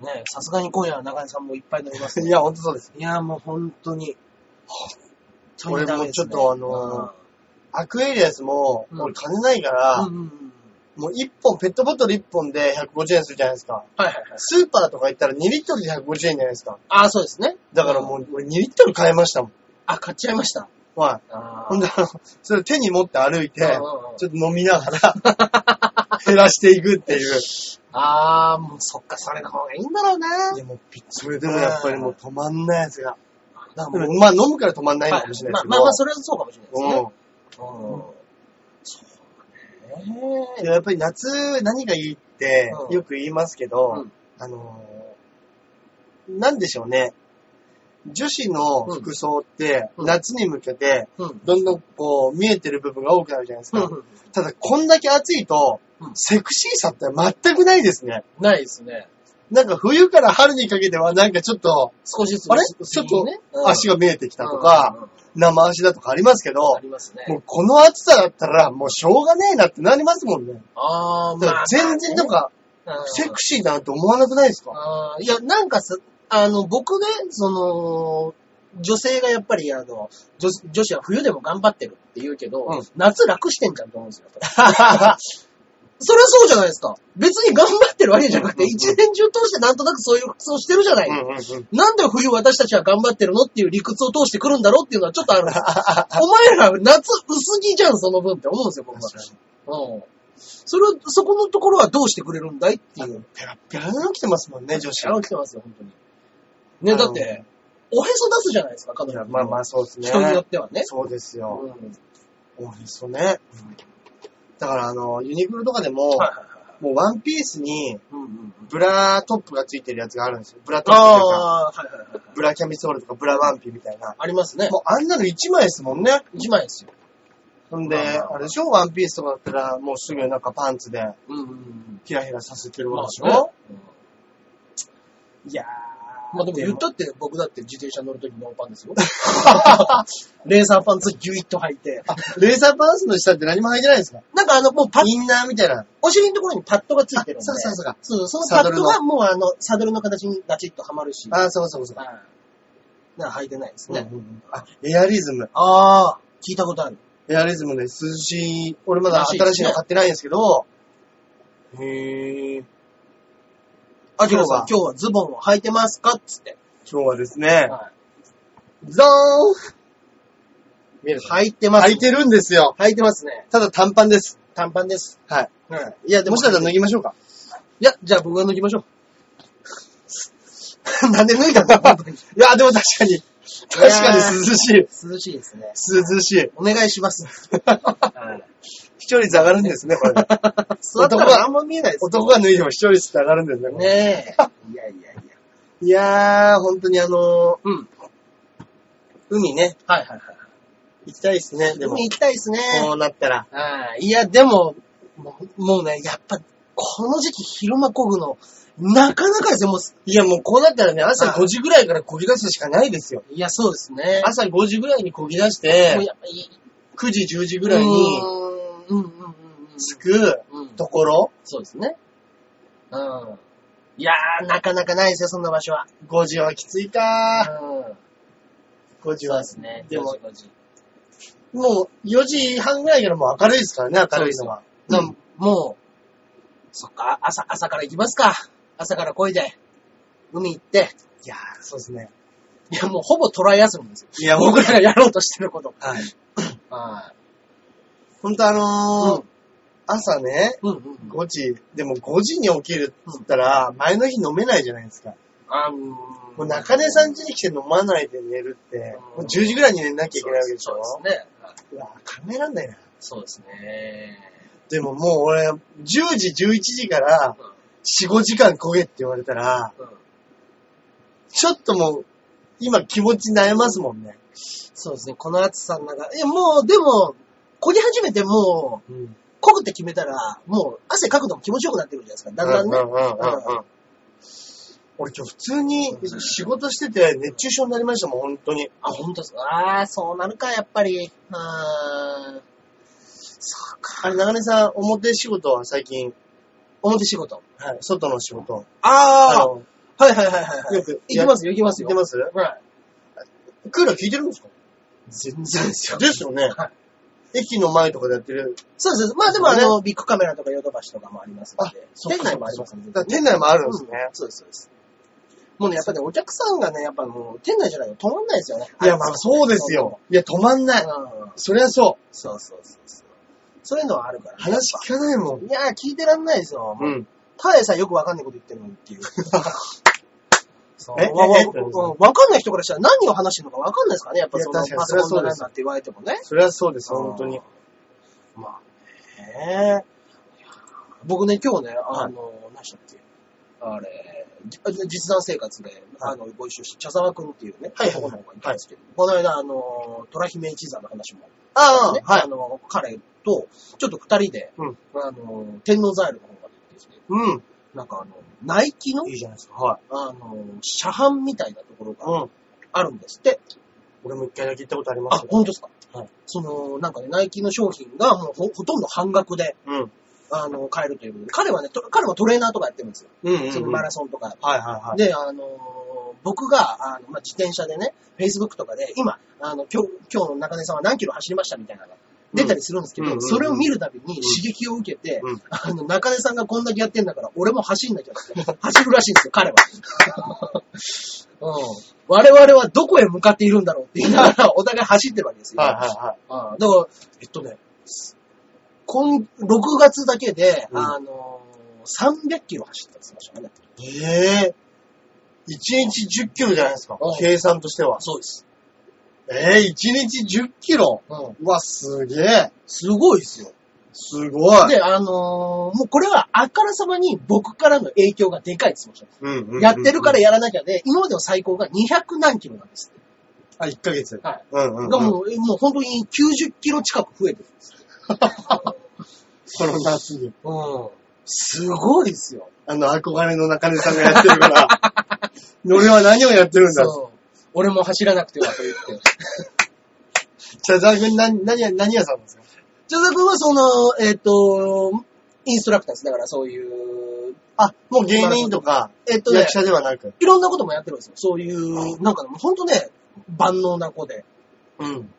Speaker 1: う。ねえさすがに今夜は中根さんもいっぱい飲みま
Speaker 2: (laughs)
Speaker 1: す
Speaker 2: い
Speaker 1: ね。
Speaker 2: や、ほんとそうです。
Speaker 1: いや、もう本当に。
Speaker 2: 俺もちょっとあのアクエリアスも、
Speaker 1: うん
Speaker 2: 俺金ないから、
Speaker 1: うんうんうん。
Speaker 2: もう1本、ペットボトル1本で150円するじゃないですか。
Speaker 1: はいはいはい。
Speaker 2: スーパーとか行ったら2リットルで150円じゃないですか。
Speaker 1: ああ、そうですね。
Speaker 2: だからもう、俺2リットル買いましたもん。
Speaker 1: あ、買っちゃいました。
Speaker 2: はい。
Speaker 1: あ
Speaker 2: ほんで、あのそれを手に持って歩いて、ち
Speaker 1: うんうん
Speaker 2: ょ
Speaker 1: う
Speaker 2: っ
Speaker 1: ん
Speaker 2: と飲みながら、 (laughs) 減らしていくっていう。
Speaker 1: あー、もうそっか、それの方がいいんだろうな。
Speaker 2: いやもうびっそれでもやっぱりもう止まんないやつが。
Speaker 1: だからもう
Speaker 2: でもまあ飲むから止まんないのかもしれないですけど。
Speaker 1: まあまあまあ、それはそうかもしれないです
Speaker 2: う
Speaker 1: ね。
Speaker 2: ん
Speaker 1: うん。そう
Speaker 2: い
Speaker 1: ね。
Speaker 2: ややっぱり夏何がいいって
Speaker 1: うん
Speaker 2: よく言いますけど、
Speaker 1: うん
Speaker 2: あのーなんでしょうね。女子の服装って
Speaker 1: うん
Speaker 2: 夏に向けて
Speaker 1: うん。
Speaker 2: どんどんこう見えてる部分が多くなるじゃないです
Speaker 1: う
Speaker 2: か。
Speaker 1: ん。
Speaker 2: ただこんだけ暑いと
Speaker 1: うん
Speaker 2: セクシーさって全くないですね。
Speaker 1: ないですね。
Speaker 2: なんか冬から春にかけてはなんかちょっと、
Speaker 1: 少しずつ。
Speaker 2: あれちょっと足
Speaker 1: が
Speaker 2: が見えてきたとか、、生足だとかありますけど、
Speaker 1: ありますね。
Speaker 2: もうこの暑さだったら、もうしょうがねえなってなりますもんね。
Speaker 1: あー、
Speaker 2: だから全然なんか、セクシーだなって思わなくないですか
Speaker 1: あーいや、なんかさ、あの、僕ね、その、女性がやっぱり、あの、女女子は冬でも頑張ってるって言うけど、
Speaker 2: うん
Speaker 1: 夏楽してんじゃんと思うんですよ。やっぱり (laughs) それはそうじゃないですか。別に頑張ってるわけじゃなくて、
Speaker 2: うんうん
Speaker 1: 一年中通してなんとなくそういう服装してるじゃない。
Speaker 2: うんうんうん。
Speaker 1: なんで冬私たちは頑張ってるのっていう理屈を通してくるんだろうっていうのはちょっとあ
Speaker 2: (laughs)
Speaker 1: るんですよお前ら夏薄着じゃん、その分って思うんですよ、僕は。うん。それを、そこのところはどうしてくれるんだいっていう。
Speaker 2: ペラッペラに来てますもんね、女子。
Speaker 1: あの来てますよ、本当に。ね、
Speaker 2: あの
Speaker 1: だって、おへそ出すじゃないですか、彼女
Speaker 2: まあまあ、そうですね。
Speaker 1: 人によってはね。
Speaker 2: そうですよ。
Speaker 1: うんはい
Speaker 2: おへそね。だからあの、ユニクロとかでも、
Speaker 1: はいはい
Speaker 2: もうワンピースに
Speaker 1: うんうんうん
Speaker 2: ブラトップがついてるやつがあるんですよ。ブラトップというか、
Speaker 1: ああー、はいはいはいはい。
Speaker 2: ブラキャミソールとかブラワンピみたいな。
Speaker 1: ありますね。
Speaker 2: もうあんなの1枚ですもんね。
Speaker 1: 一枚ですよ。
Speaker 2: ほんで、
Speaker 1: あー
Speaker 2: あれでしょワンピースとかだったら、もうすぐなんかパンツで
Speaker 1: うんうんうん。
Speaker 2: ヒラヒラさせてる
Speaker 1: ま
Speaker 2: わ
Speaker 1: あ
Speaker 2: けでし
Speaker 1: ね
Speaker 2: ょ、
Speaker 1: うん
Speaker 2: いやー。
Speaker 1: まあでも言ったって僕だって自転車乗るときノーパン
Speaker 2: (laughs)
Speaker 1: ですよ。レーサーパンツギュイッと履いて。
Speaker 2: レーサーパンツの下って何も履いてないんですか
Speaker 1: なんかあの、もうパッ、
Speaker 2: インナーみたいな。
Speaker 1: お尻のところにパッドがついてるん
Speaker 2: あ
Speaker 1: で。
Speaker 2: そうそうそうか
Speaker 1: そう。そ
Speaker 2: サ
Speaker 1: の
Speaker 2: ド
Speaker 1: パッ
Speaker 2: ル
Speaker 1: ド
Speaker 2: の
Speaker 1: がもうあの、サドルの形にガチッとはまるし。
Speaker 2: あー、そうそうそう。
Speaker 1: はい。なんか履いてないですね。
Speaker 2: うんうんうんあ、エアリズム。
Speaker 1: ああ、聞いたことある。
Speaker 2: エアリズムね、涼しい。俺まだ
Speaker 1: らしいですね
Speaker 2: 新しいの買ってないんですけど。へー。
Speaker 1: あ、
Speaker 2: 今
Speaker 1: 今
Speaker 2: 日
Speaker 1: 日
Speaker 2: は
Speaker 1: は、今日はズボンを履いてますかっつって。
Speaker 2: 今日はですね、
Speaker 1: は
Speaker 2: ゾーン見える
Speaker 1: い履いてます。
Speaker 2: 履いてるんですよ。
Speaker 1: 履いてますね。
Speaker 2: ただ短パンです。
Speaker 1: 短パンです。
Speaker 2: はい。
Speaker 1: はい。いや、で
Speaker 2: も
Speaker 1: も
Speaker 2: し、かしたら脱ぎまし (laughs) ょうか。
Speaker 1: いや、じゃあ僕が脱ぎましょう。なんで脱
Speaker 2: (laughs)
Speaker 1: いだんだ本当
Speaker 2: い
Speaker 1: に
Speaker 2: や、でも確かに、確かに涼しい。
Speaker 1: 涼しいですね。
Speaker 2: 涼しい。
Speaker 1: お願いします。はい
Speaker 2: 視聴率上がるんですね、これで。
Speaker 1: 座ったら何も見えないですよ
Speaker 2: (laughs) 男が脱いでも視聴率って上がるんですね。これ
Speaker 1: ねえ。いやいやいや。
Speaker 2: いやー、本当にあのー、
Speaker 1: うん。
Speaker 2: 海ね、
Speaker 1: はいはいはい。
Speaker 2: 行きたいですね、で
Speaker 1: で
Speaker 2: も
Speaker 1: も。行きたいですね。
Speaker 2: こうなったら。
Speaker 1: はい。いや、でも、もうもうね、やっぱ、この時期昼間こぐの、なかなかですよ、もう。
Speaker 2: いや、もうこうなったらね、朝
Speaker 1: はい
Speaker 2: 5時ぐらいから漕ぎ出すしかないですよ。
Speaker 1: いや、そうですね。
Speaker 2: 朝5時ぐらいに漕ぎ出し
Speaker 1: もう
Speaker 2: て、
Speaker 1: やっぱいい
Speaker 2: 9時、10時ぐ
Speaker 1: ぐ
Speaker 2: ら
Speaker 1: ら
Speaker 2: い
Speaker 1: い
Speaker 2: に
Speaker 1: に、うんうんうんうん。
Speaker 2: 着く
Speaker 1: うん
Speaker 2: ところ、
Speaker 1: そうですね。うん。いやー、なかなかないですよ、そんな場所は。
Speaker 2: 5時はきついか
Speaker 1: うん。
Speaker 2: ー。5時
Speaker 1: そう
Speaker 2: は
Speaker 1: で。すね。
Speaker 2: でも
Speaker 1: 5時、
Speaker 2: もう4時半ぐらいからもう明るいですからね、明るいのは。
Speaker 1: 5時。もう、そっか、朝、朝から行きますか。朝から漕いで、海行って。
Speaker 2: いやー、そうですね。
Speaker 1: いや、もうほぼトライアスロンですよ。
Speaker 2: いや、僕
Speaker 1: 僕
Speaker 2: ら、
Speaker 1: らやろうとしてること。
Speaker 2: はい。
Speaker 1: は
Speaker 2: ほんとあ
Speaker 1: い。
Speaker 2: のー、朝ね、
Speaker 1: うんうん。
Speaker 2: 5時、でも5時に起きるっつったら、前の日飲めないじゃないですか。
Speaker 1: あの
Speaker 2: もう中根さん家に来て飲まないで寝るって、もう10時ぐらいに寝なきゃいけないわけでしょ。
Speaker 1: そうですね。はいう
Speaker 2: わ考えらんないな。
Speaker 1: そうですね。
Speaker 2: でももう俺、10時、11時から4、5時間焦げって言われたら、
Speaker 1: うんうん
Speaker 2: ちょっともう、今気持ち悩ますもんね。
Speaker 1: そうですね、この暑さの中、いや、もう、でも、こぎ始めてもう、
Speaker 2: うん。
Speaker 1: こぐって決めたら、もう、汗かくのも気持ちよくなってくるじゃないですか。だんだん
Speaker 2: うん
Speaker 1: ね。
Speaker 2: うんうんうん俺今日普通に仕事してて熱中症になりましたもん、本当に。
Speaker 1: あ、本当ですか。ああ、そうなるか、やっぱり。あーそうか。
Speaker 2: あれ、中根さん、表仕事は最近、
Speaker 1: 表仕事。
Speaker 2: はい、外の仕事。
Speaker 1: あ
Speaker 2: の
Speaker 1: あはいはいはいはい。
Speaker 2: よく
Speaker 1: 行きますよ、行きますよ。
Speaker 2: 行ってます
Speaker 1: はい。
Speaker 2: クーラー効いてるんですか
Speaker 1: 全然ですよ。
Speaker 2: ですよね。
Speaker 1: は
Speaker 2: 駅の前とかでやってる。
Speaker 1: そうです。まあでも、あの、ビッグカメラとかヨドバシとかもありますので。
Speaker 2: そっか
Speaker 1: 店内もありますので。
Speaker 2: だから店内もあるんですね。
Speaker 1: うんそうです、そうです。もうね、やっぱりお客さんがね、やっぱもう、店内じゃないと止まんないですよね。
Speaker 2: いや、まあそうですよ。いや、止まんな
Speaker 1: あ
Speaker 2: い
Speaker 1: いつ。。うん
Speaker 2: そりゃそう。
Speaker 1: そうそうそうそう。そういうのはあるからね。
Speaker 2: 話聞かないもん。
Speaker 1: いやー、聞いてらんないですよ。
Speaker 2: うん。
Speaker 1: ただでさえよくわかんないこと言ってるのにっていう。そう
Speaker 2: え
Speaker 1: わわ
Speaker 2: ええ
Speaker 1: わわかんない人からしたら何を話してるのかわかんないですからね。やっぱその
Speaker 2: いや確かに
Speaker 1: パソコンだなんだって言われてもね。
Speaker 2: そりゃそうです、本当に。。
Speaker 1: まあね。僕ね、今日ね、あの、何したっけ。あれ、じ実弾生活で、あの、ご一緒して、茶沢くんっていうね、
Speaker 2: はい
Speaker 1: 男の子がいたんですけど、この間、あの、虎姫一座の話も、ね、
Speaker 2: ああ、は
Speaker 1: あ
Speaker 2: い。
Speaker 1: の、彼と、ちょっと二人で、
Speaker 2: うん
Speaker 1: あの、天王ザイルの方まで行ってですね、
Speaker 2: うん。
Speaker 1: なんかあの、ナイキの、
Speaker 2: いいじゃないですか。はい。
Speaker 1: あの、車販みたいなところが
Speaker 2: うん。
Speaker 1: あるんですって、
Speaker 2: 俺も一回だけ行ったことありま
Speaker 1: あ
Speaker 2: す、よ。
Speaker 1: 本当ですか、
Speaker 2: はい
Speaker 1: その、なんかね、ナイキの商品がもうほほとんど半額で、
Speaker 2: うん。
Speaker 1: あの、買えるということで、彼はね、と彼はトレーナーとかやってるんですよ。
Speaker 2: うんうんうん。
Speaker 1: そのマラソンとか。
Speaker 2: はいはいはい。
Speaker 1: で、あのー、僕が、あの、まあ、自転車でね、Facebook とかで、今、あの、今日、今日の中根さんは何キロ走りましたみたいなのが出たりするんですけど、
Speaker 2: うんうんうんうん
Speaker 1: それを見るたびに刺激を受けて、
Speaker 2: うん
Speaker 1: あの、中根さんがこんだけやってんだから、俺も走んなきゃって、走るらしいんですよ、彼は。 (laughs) うん、我々はどこへ向かっているんだろうって言いながら、お互い走ってるわけですよ。
Speaker 2: はいは
Speaker 1: うんだから、えっとね、今、6月だけで、
Speaker 2: うん
Speaker 1: あのー、300キロ走ったって言ってましたね。
Speaker 2: いはい。ええー。1日10キロじゃないですか
Speaker 1: うん。
Speaker 2: 計算としては。
Speaker 1: そうです。
Speaker 2: ええー、1日10キロ
Speaker 1: うん。
Speaker 2: うわ、すげえ。
Speaker 1: すごいですよ。
Speaker 2: すごい。
Speaker 1: で、あのーもうこれはあからさまに僕からの影響がでかいって言ってまし
Speaker 2: うんうんうん
Speaker 1: た。やってるから。やらなきゃで、今までの最高が200何キロなんですって。
Speaker 2: あ、1ヶ月。
Speaker 1: はい。
Speaker 2: うんうん、うん。
Speaker 1: がもう、えもう本当に90キロ近く増えてるんです。
Speaker 2: (laughs) この夏に。
Speaker 1: うん。すごいですよ。
Speaker 2: あの、憧れの中根さんがやってるから。 (laughs) 俺は何をやってるんだ。
Speaker 1: そう。俺も走らなくてはと言って。
Speaker 2: 茶沢君何、何や、何屋さんなんですか
Speaker 1: ジョゼ君はその、えっ、と、インストラクターです。だからそういう、
Speaker 2: あ、もう芸人とか、
Speaker 1: えっ、とね
Speaker 2: 役、者ではなく。
Speaker 1: いろんなこともやってるんですよ。そういう、なんかね、ほんとね、万能な子で。
Speaker 2: うん。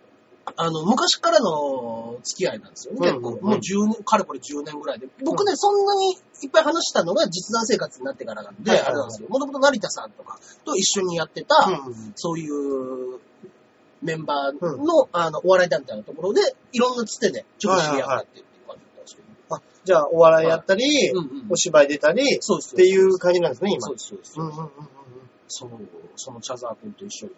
Speaker 1: あの、昔からの付き合いなんですよね。結
Speaker 2: う
Speaker 1: 構、
Speaker 2: んうんうん
Speaker 1: もう10年、かれこれ10年ぐらいで。僕ね、そんなにいっぱい話したのが実弾生活になってからなんで、
Speaker 2: はいはいはい
Speaker 1: あれなんですよ。もともと成田さんとかと一緒にやってた、
Speaker 2: うん
Speaker 1: そういうメンバー
Speaker 2: う
Speaker 1: の、あの、お笑い団体のところで、いろんなつてで、ちょっと知り合ったっていう感じだったんですけど。
Speaker 2: じゃあ、お笑いやったり、
Speaker 1: うんうん
Speaker 2: お芝居出たり、っ
Speaker 1: そうです
Speaker 2: ていう感じなんですね、今
Speaker 1: そう。です、そうです。
Speaker 2: うんうんうんうん
Speaker 1: その、そのチャザー君と一緒に。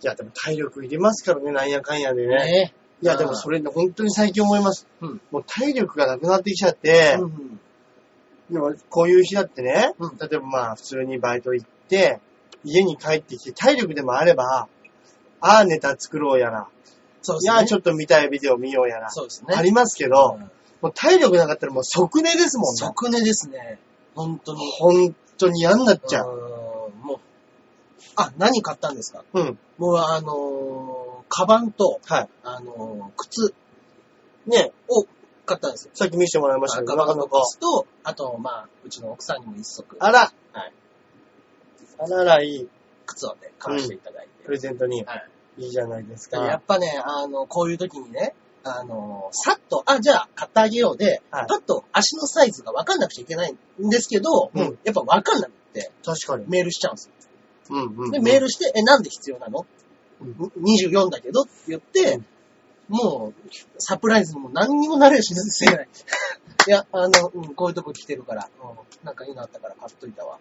Speaker 2: いや、でも体力いりますからね、なんやかんやでね。
Speaker 1: ね
Speaker 2: いや、でもそれね、本当に最近思います。
Speaker 1: うん
Speaker 2: もう体力がなくなってきちゃって、
Speaker 1: うんうん
Speaker 2: でもこういう日だってね、
Speaker 1: うん
Speaker 2: 例えばまあ普通にバイト行って、家に帰ってきて、体力でもあれば、ああネタ作ろうやら、
Speaker 1: そう
Speaker 2: い
Speaker 1: ですね。
Speaker 2: やあち
Speaker 1: ょ
Speaker 2: ょ
Speaker 1: っ
Speaker 2: っと見たいビデオ見ようやら、
Speaker 1: そうですね。
Speaker 2: ありますけど、
Speaker 1: うん
Speaker 2: もう体力なかったらもう即寝ですもんね。
Speaker 1: 即寝ですね。本当に。
Speaker 2: 本当に嫌になっちゃう。
Speaker 1: うーんもう。あ、何買ったんですか
Speaker 2: うん。
Speaker 1: もうあのー、カバンと、
Speaker 2: は
Speaker 1: あのー、靴
Speaker 2: い。ね、
Speaker 1: を買ったんですよ。
Speaker 2: さっき見せてもらいました
Speaker 1: あ
Speaker 2: けど、
Speaker 1: カ
Speaker 2: な
Speaker 1: バ
Speaker 2: か
Speaker 1: ン
Speaker 2: な
Speaker 1: の
Speaker 2: か。
Speaker 1: 靴と、あと、まあ、うちの奥さんにも一足、
Speaker 2: あら、
Speaker 1: はい
Speaker 2: あららいい
Speaker 1: 靴をね、買わせていただいて。
Speaker 2: プレゼントに、
Speaker 1: はい
Speaker 2: いいじゃないです
Speaker 1: でもや
Speaker 2: か
Speaker 1: っ。ぱね、あの、こういう時にね、あの、さっと、あ、じゃあ買ってあげようで、
Speaker 2: はい
Speaker 1: パッと足のサイズが分かんなくちゃいけないんですけど、
Speaker 2: うん
Speaker 1: やっぱ分かんなくて、
Speaker 2: 確かに。
Speaker 1: メールしちゃうんですよ。
Speaker 2: うんうんうん
Speaker 1: で、メールして、え、なんで必要なの、
Speaker 2: う
Speaker 1: ?24 だけどって言って、
Speaker 2: うん
Speaker 1: もう、サプライズにも何にもなれるし、せない。
Speaker 2: (laughs)
Speaker 1: いや、あの、うん、こういうとこ来てるから、うん、なんかいいのあったから買っといたわ。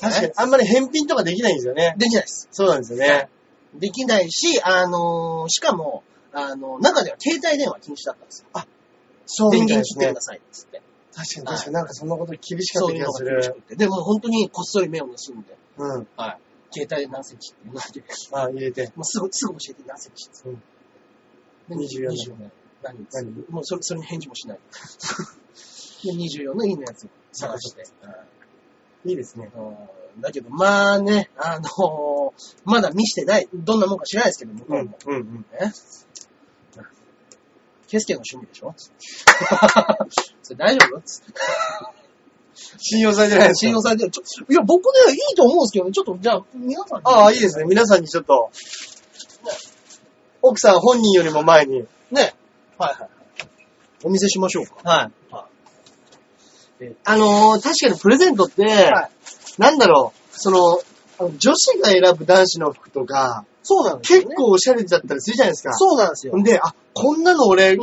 Speaker 2: 確かに、あんまり返品とかできないんですよね。
Speaker 1: できないです。
Speaker 2: そうなんですよね。
Speaker 1: できないし、あのしかも、あの、中では携帯電話禁止だったんですよ。
Speaker 2: そう
Speaker 1: 電
Speaker 2: みたい
Speaker 1: 源
Speaker 2: で
Speaker 1: 切
Speaker 2: す
Speaker 1: って
Speaker 2: ね
Speaker 1: く。ださい、つって。
Speaker 2: 確かに
Speaker 1: はい
Speaker 2: 確かになんかそんなこと厳しかっ
Speaker 1: そう
Speaker 2: た
Speaker 1: い
Speaker 2: 気
Speaker 1: う
Speaker 2: が
Speaker 1: のが
Speaker 2: す
Speaker 1: 厳し
Speaker 2: る。
Speaker 1: くて。でも本当にこっそり目を盗んで、
Speaker 2: うん。
Speaker 1: はい。携帯で何センチって言われて、
Speaker 2: あ、入れて。
Speaker 1: もうすぐ、すぐ教えて何センチって。
Speaker 2: うん
Speaker 1: で
Speaker 2: 24
Speaker 1: 24の。何
Speaker 2: 何
Speaker 1: もうそれ、それに返事も
Speaker 2: (laughs)
Speaker 1: しない。で、24のいいのやつを探して。
Speaker 2: いいですね。
Speaker 1: うんだけど、まあね、あのまだ見してない。どんなもんか知らないですけど、向こ
Speaker 2: う
Speaker 1: うんも。、
Speaker 2: うん、うん。
Speaker 1: ね。ケスケの趣味でし
Speaker 2: (laughs)
Speaker 1: ょそれ大丈夫
Speaker 2: 信用されてないです
Speaker 1: 信
Speaker 2: か
Speaker 1: 用されてる。ちょいや、僕ね、いいと思うんですけどね、ちょっと、じゃあ、皆さん。
Speaker 2: ああ、いいですね。皆さんにちょっと、奥さん本人よりも前に。
Speaker 1: ね。はいはいはい。お見せしましょうか。
Speaker 2: はい
Speaker 1: は
Speaker 2: あのー、確かにプレゼントって、
Speaker 1: はい
Speaker 2: なんだろう、その、あの女子が選ぶ男子の服とか、
Speaker 1: そうなんですよ、ね。
Speaker 2: 結構おしゃれだったりするじゃないですか。
Speaker 1: そうなんですよ。
Speaker 2: んで、あ、こんなの俺、
Speaker 1: ん。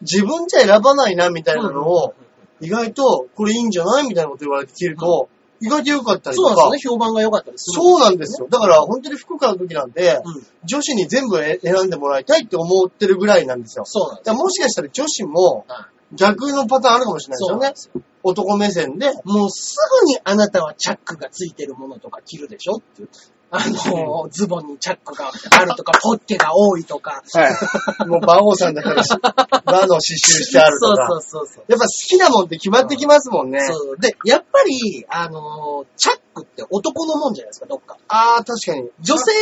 Speaker 2: 自分じゃ選ばないな、みたいなのを、
Speaker 1: うん
Speaker 2: 意外と、これいいんじゃないみたいなこと言われて着ると、意外と良かったりと
Speaker 1: そう
Speaker 2: か。
Speaker 1: なんですよね。評判が良かったです。
Speaker 2: そうなんですよ。だから、本当に服買う時なんで、
Speaker 1: うん。
Speaker 2: 女子に全部え選んでもらいたいって思ってるぐらいなんですよ。
Speaker 1: そうなん
Speaker 2: だ
Speaker 1: です
Speaker 2: か
Speaker 1: よ。
Speaker 2: らもしかしたら女子も、
Speaker 1: は
Speaker 2: 逆のパターンあるかもしれ
Speaker 1: い
Speaker 2: ないです
Speaker 1: そう
Speaker 2: よ
Speaker 1: なん
Speaker 2: ね
Speaker 1: で。すよ。
Speaker 2: 男目線で。
Speaker 1: もうすぐにあなたはチャックがついてるものとか着るでしょっていう。あのー、ズボンにチャックがある
Speaker 2: (laughs)
Speaker 1: とか、ポッケが多いとか。
Speaker 2: はい。 (laughs) もう、馬王さんだ
Speaker 1: (laughs)
Speaker 2: からし、馬の刺繍してあるとか。
Speaker 1: そうそうそうそう。
Speaker 2: やっぱ好きなもんって決まってきますもんね。
Speaker 1: そう。で、やっぱり、あのー、チャックって男のもんじゃないですか、どっか。
Speaker 2: ああ、確かに。
Speaker 1: 女性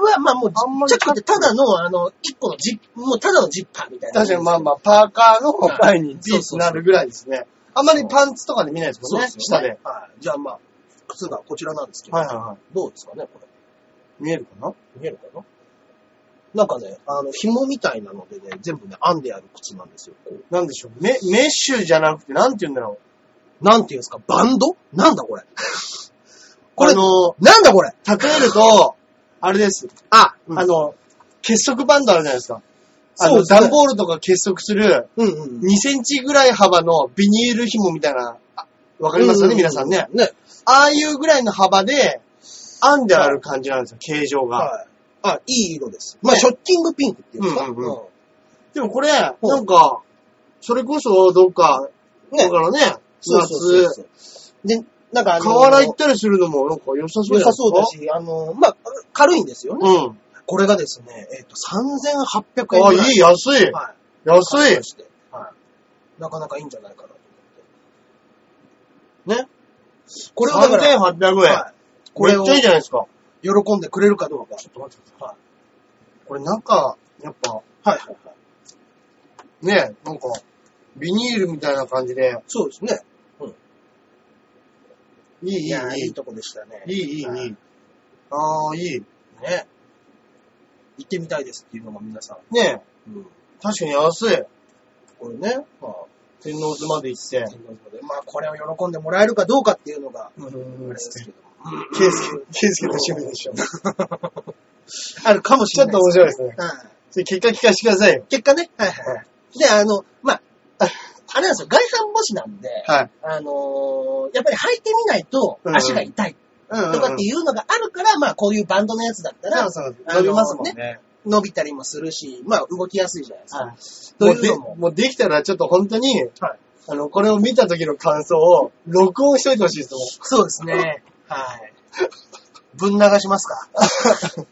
Speaker 1: は、まあもう、
Speaker 2: あんまり
Speaker 1: チャックってただの、あの、一個のジップ、もうただのジッパーみたいな。
Speaker 2: 確かにまあまあ、パーカーの前にピースになるぐらいですね。あんまりパンツとかで見ないですもん
Speaker 1: そう
Speaker 2: ね、
Speaker 1: です
Speaker 2: 下
Speaker 1: よね
Speaker 2: で。。
Speaker 1: はい。じゃあまあ、靴がこちらなんですけど、
Speaker 2: はいはいは
Speaker 1: どうですかね、これ。
Speaker 2: い。見えるかな
Speaker 1: 見えるかななんかね、あの、紐みたいなのでね、全部ね、編んである靴なんですよ。こう
Speaker 2: なんでしょう。メ、メッシュじゃなくて、なんて言うんだろう。
Speaker 1: なんていうんですか、バンドなんだこれ。こ
Speaker 2: (laughs) こ
Speaker 1: れ
Speaker 2: れ、の、
Speaker 1: なんだこれ
Speaker 2: 例えると、あれです。
Speaker 1: あ、
Speaker 2: あ
Speaker 1: あの、
Speaker 2: の、結束バンドあるじゃないですか。あ
Speaker 1: そう
Speaker 2: の、
Speaker 1: ですね
Speaker 2: 段ボールとか結束する、
Speaker 1: うんうん。
Speaker 2: 2センチぐらい幅のビニール紐みたいな、あわかりますよね、皆さんね。。
Speaker 1: ね。
Speaker 2: ああいうぐらいの幅で、編んである感じなんですよ、形状が。
Speaker 1: はい。あ、いい色です。まあ、
Speaker 2: ね
Speaker 1: ショッキングピンクっていうんですか。
Speaker 2: うんうんうん
Speaker 1: ん
Speaker 2: でもこれ、なんか、それこそ、どっか、
Speaker 1: ね
Speaker 2: だからね、
Speaker 1: そうそうそうそう。で、なんかあ
Speaker 2: 夏、
Speaker 1: の、
Speaker 2: 河原行ったりするのも、なんか良さそう
Speaker 1: 良
Speaker 2: じゃな
Speaker 1: さ
Speaker 2: い
Speaker 1: そうだし、あの、まあ、軽いんですよね。
Speaker 2: うん。
Speaker 1: これがですね、えっ、と、3800円
Speaker 2: あ、
Speaker 1: ぐらい。
Speaker 2: いい、安い。
Speaker 1: はい。
Speaker 2: 安い。
Speaker 1: してはい。なかなかいいんじゃないかなと思って。ね。これをだから、
Speaker 2: 3800円。
Speaker 1: はいこれ
Speaker 2: め
Speaker 1: を
Speaker 2: っちゃいいじゃないですか。
Speaker 1: 喜んでくれるかどうか。
Speaker 2: ちょっと待ってくださ。
Speaker 1: はい
Speaker 2: これ中、やっぱ、
Speaker 1: い。はいはいはい。
Speaker 2: ね、なんか、ビニールみたいな感じで、
Speaker 1: そうですね。
Speaker 2: いい、いい、
Speaker 1: い
Speaker 2: い
Speaker 1: や、い
Speaker 2: い
Speaker 1: い。とこでしたね。
Speaker 2: いい、いい、い。
Speaker 1: はい
Speaker 2: ああ、いい。
Speaker 1: ね。行ってみたいですっていうのが皆さん。
Speaker 2: ね
Speaker 1: うん。
Speaker 2: 確かに安い。
Speaker 1: これね。まあ、
Speaker 2: 天王洲まで行って。
Speaker 1: まあ、これを喜んでもらえるかどうかっていうのが、
Speaker 2: う
Speaker 1: あ
Speaker 2: ん
Speaker 1: れですけども。
Speaker 2: ケースケ、ケースケの趣味で (laughs) しょ。
Speaker 1: あるかもし
Speaker 2: ちょ
Speaker 1: れ
Speaker 2: っ
Speaker 1: な
Speaker 2: と
Speaker 1: い
Speaker 2: 面白いですね。
Speaker 1: 白い。はい。
Speaker 2: それ結果聞かせてくださいよ。
Speaker 1: 結果ね。はいはいはい。で、あの、まあ、ああれなんですよ、外反母趾なんで、
Speaker 2: はい。
Speaker 1: あのーやっぱり履いてみないと
Speaker 2: うんうん
Speaker 1: 足が痛い
Speaker 2: うんうんうん
Speaker 1: とかっていうのがあるから、まあこういうバンドのやつだったら
Speaker 2: そうそう
Speaker 1: あ
Speaker 2: 伸
Speaker 1: の
Speaker 2: びますもんね。
Speaker 1: 伸びたりもするし、まあ動きやすいじゃないですか。
Speaker 2: はいも
Speaker 1: という
Speaker 2: うで
Speaker 1: のも、
Speaker 2: もうできたらちょっと本当に、
Speaker 1: はい
Speaker 2: あの、これを見た時の感想を録音しといてほしいですもん。
Speaker 1: そうで
Speaker 2: (laughs)
Speaker 1: すね。はい。ぶん流しま
Speaker 2: (laughs)
Speaker 1: すか。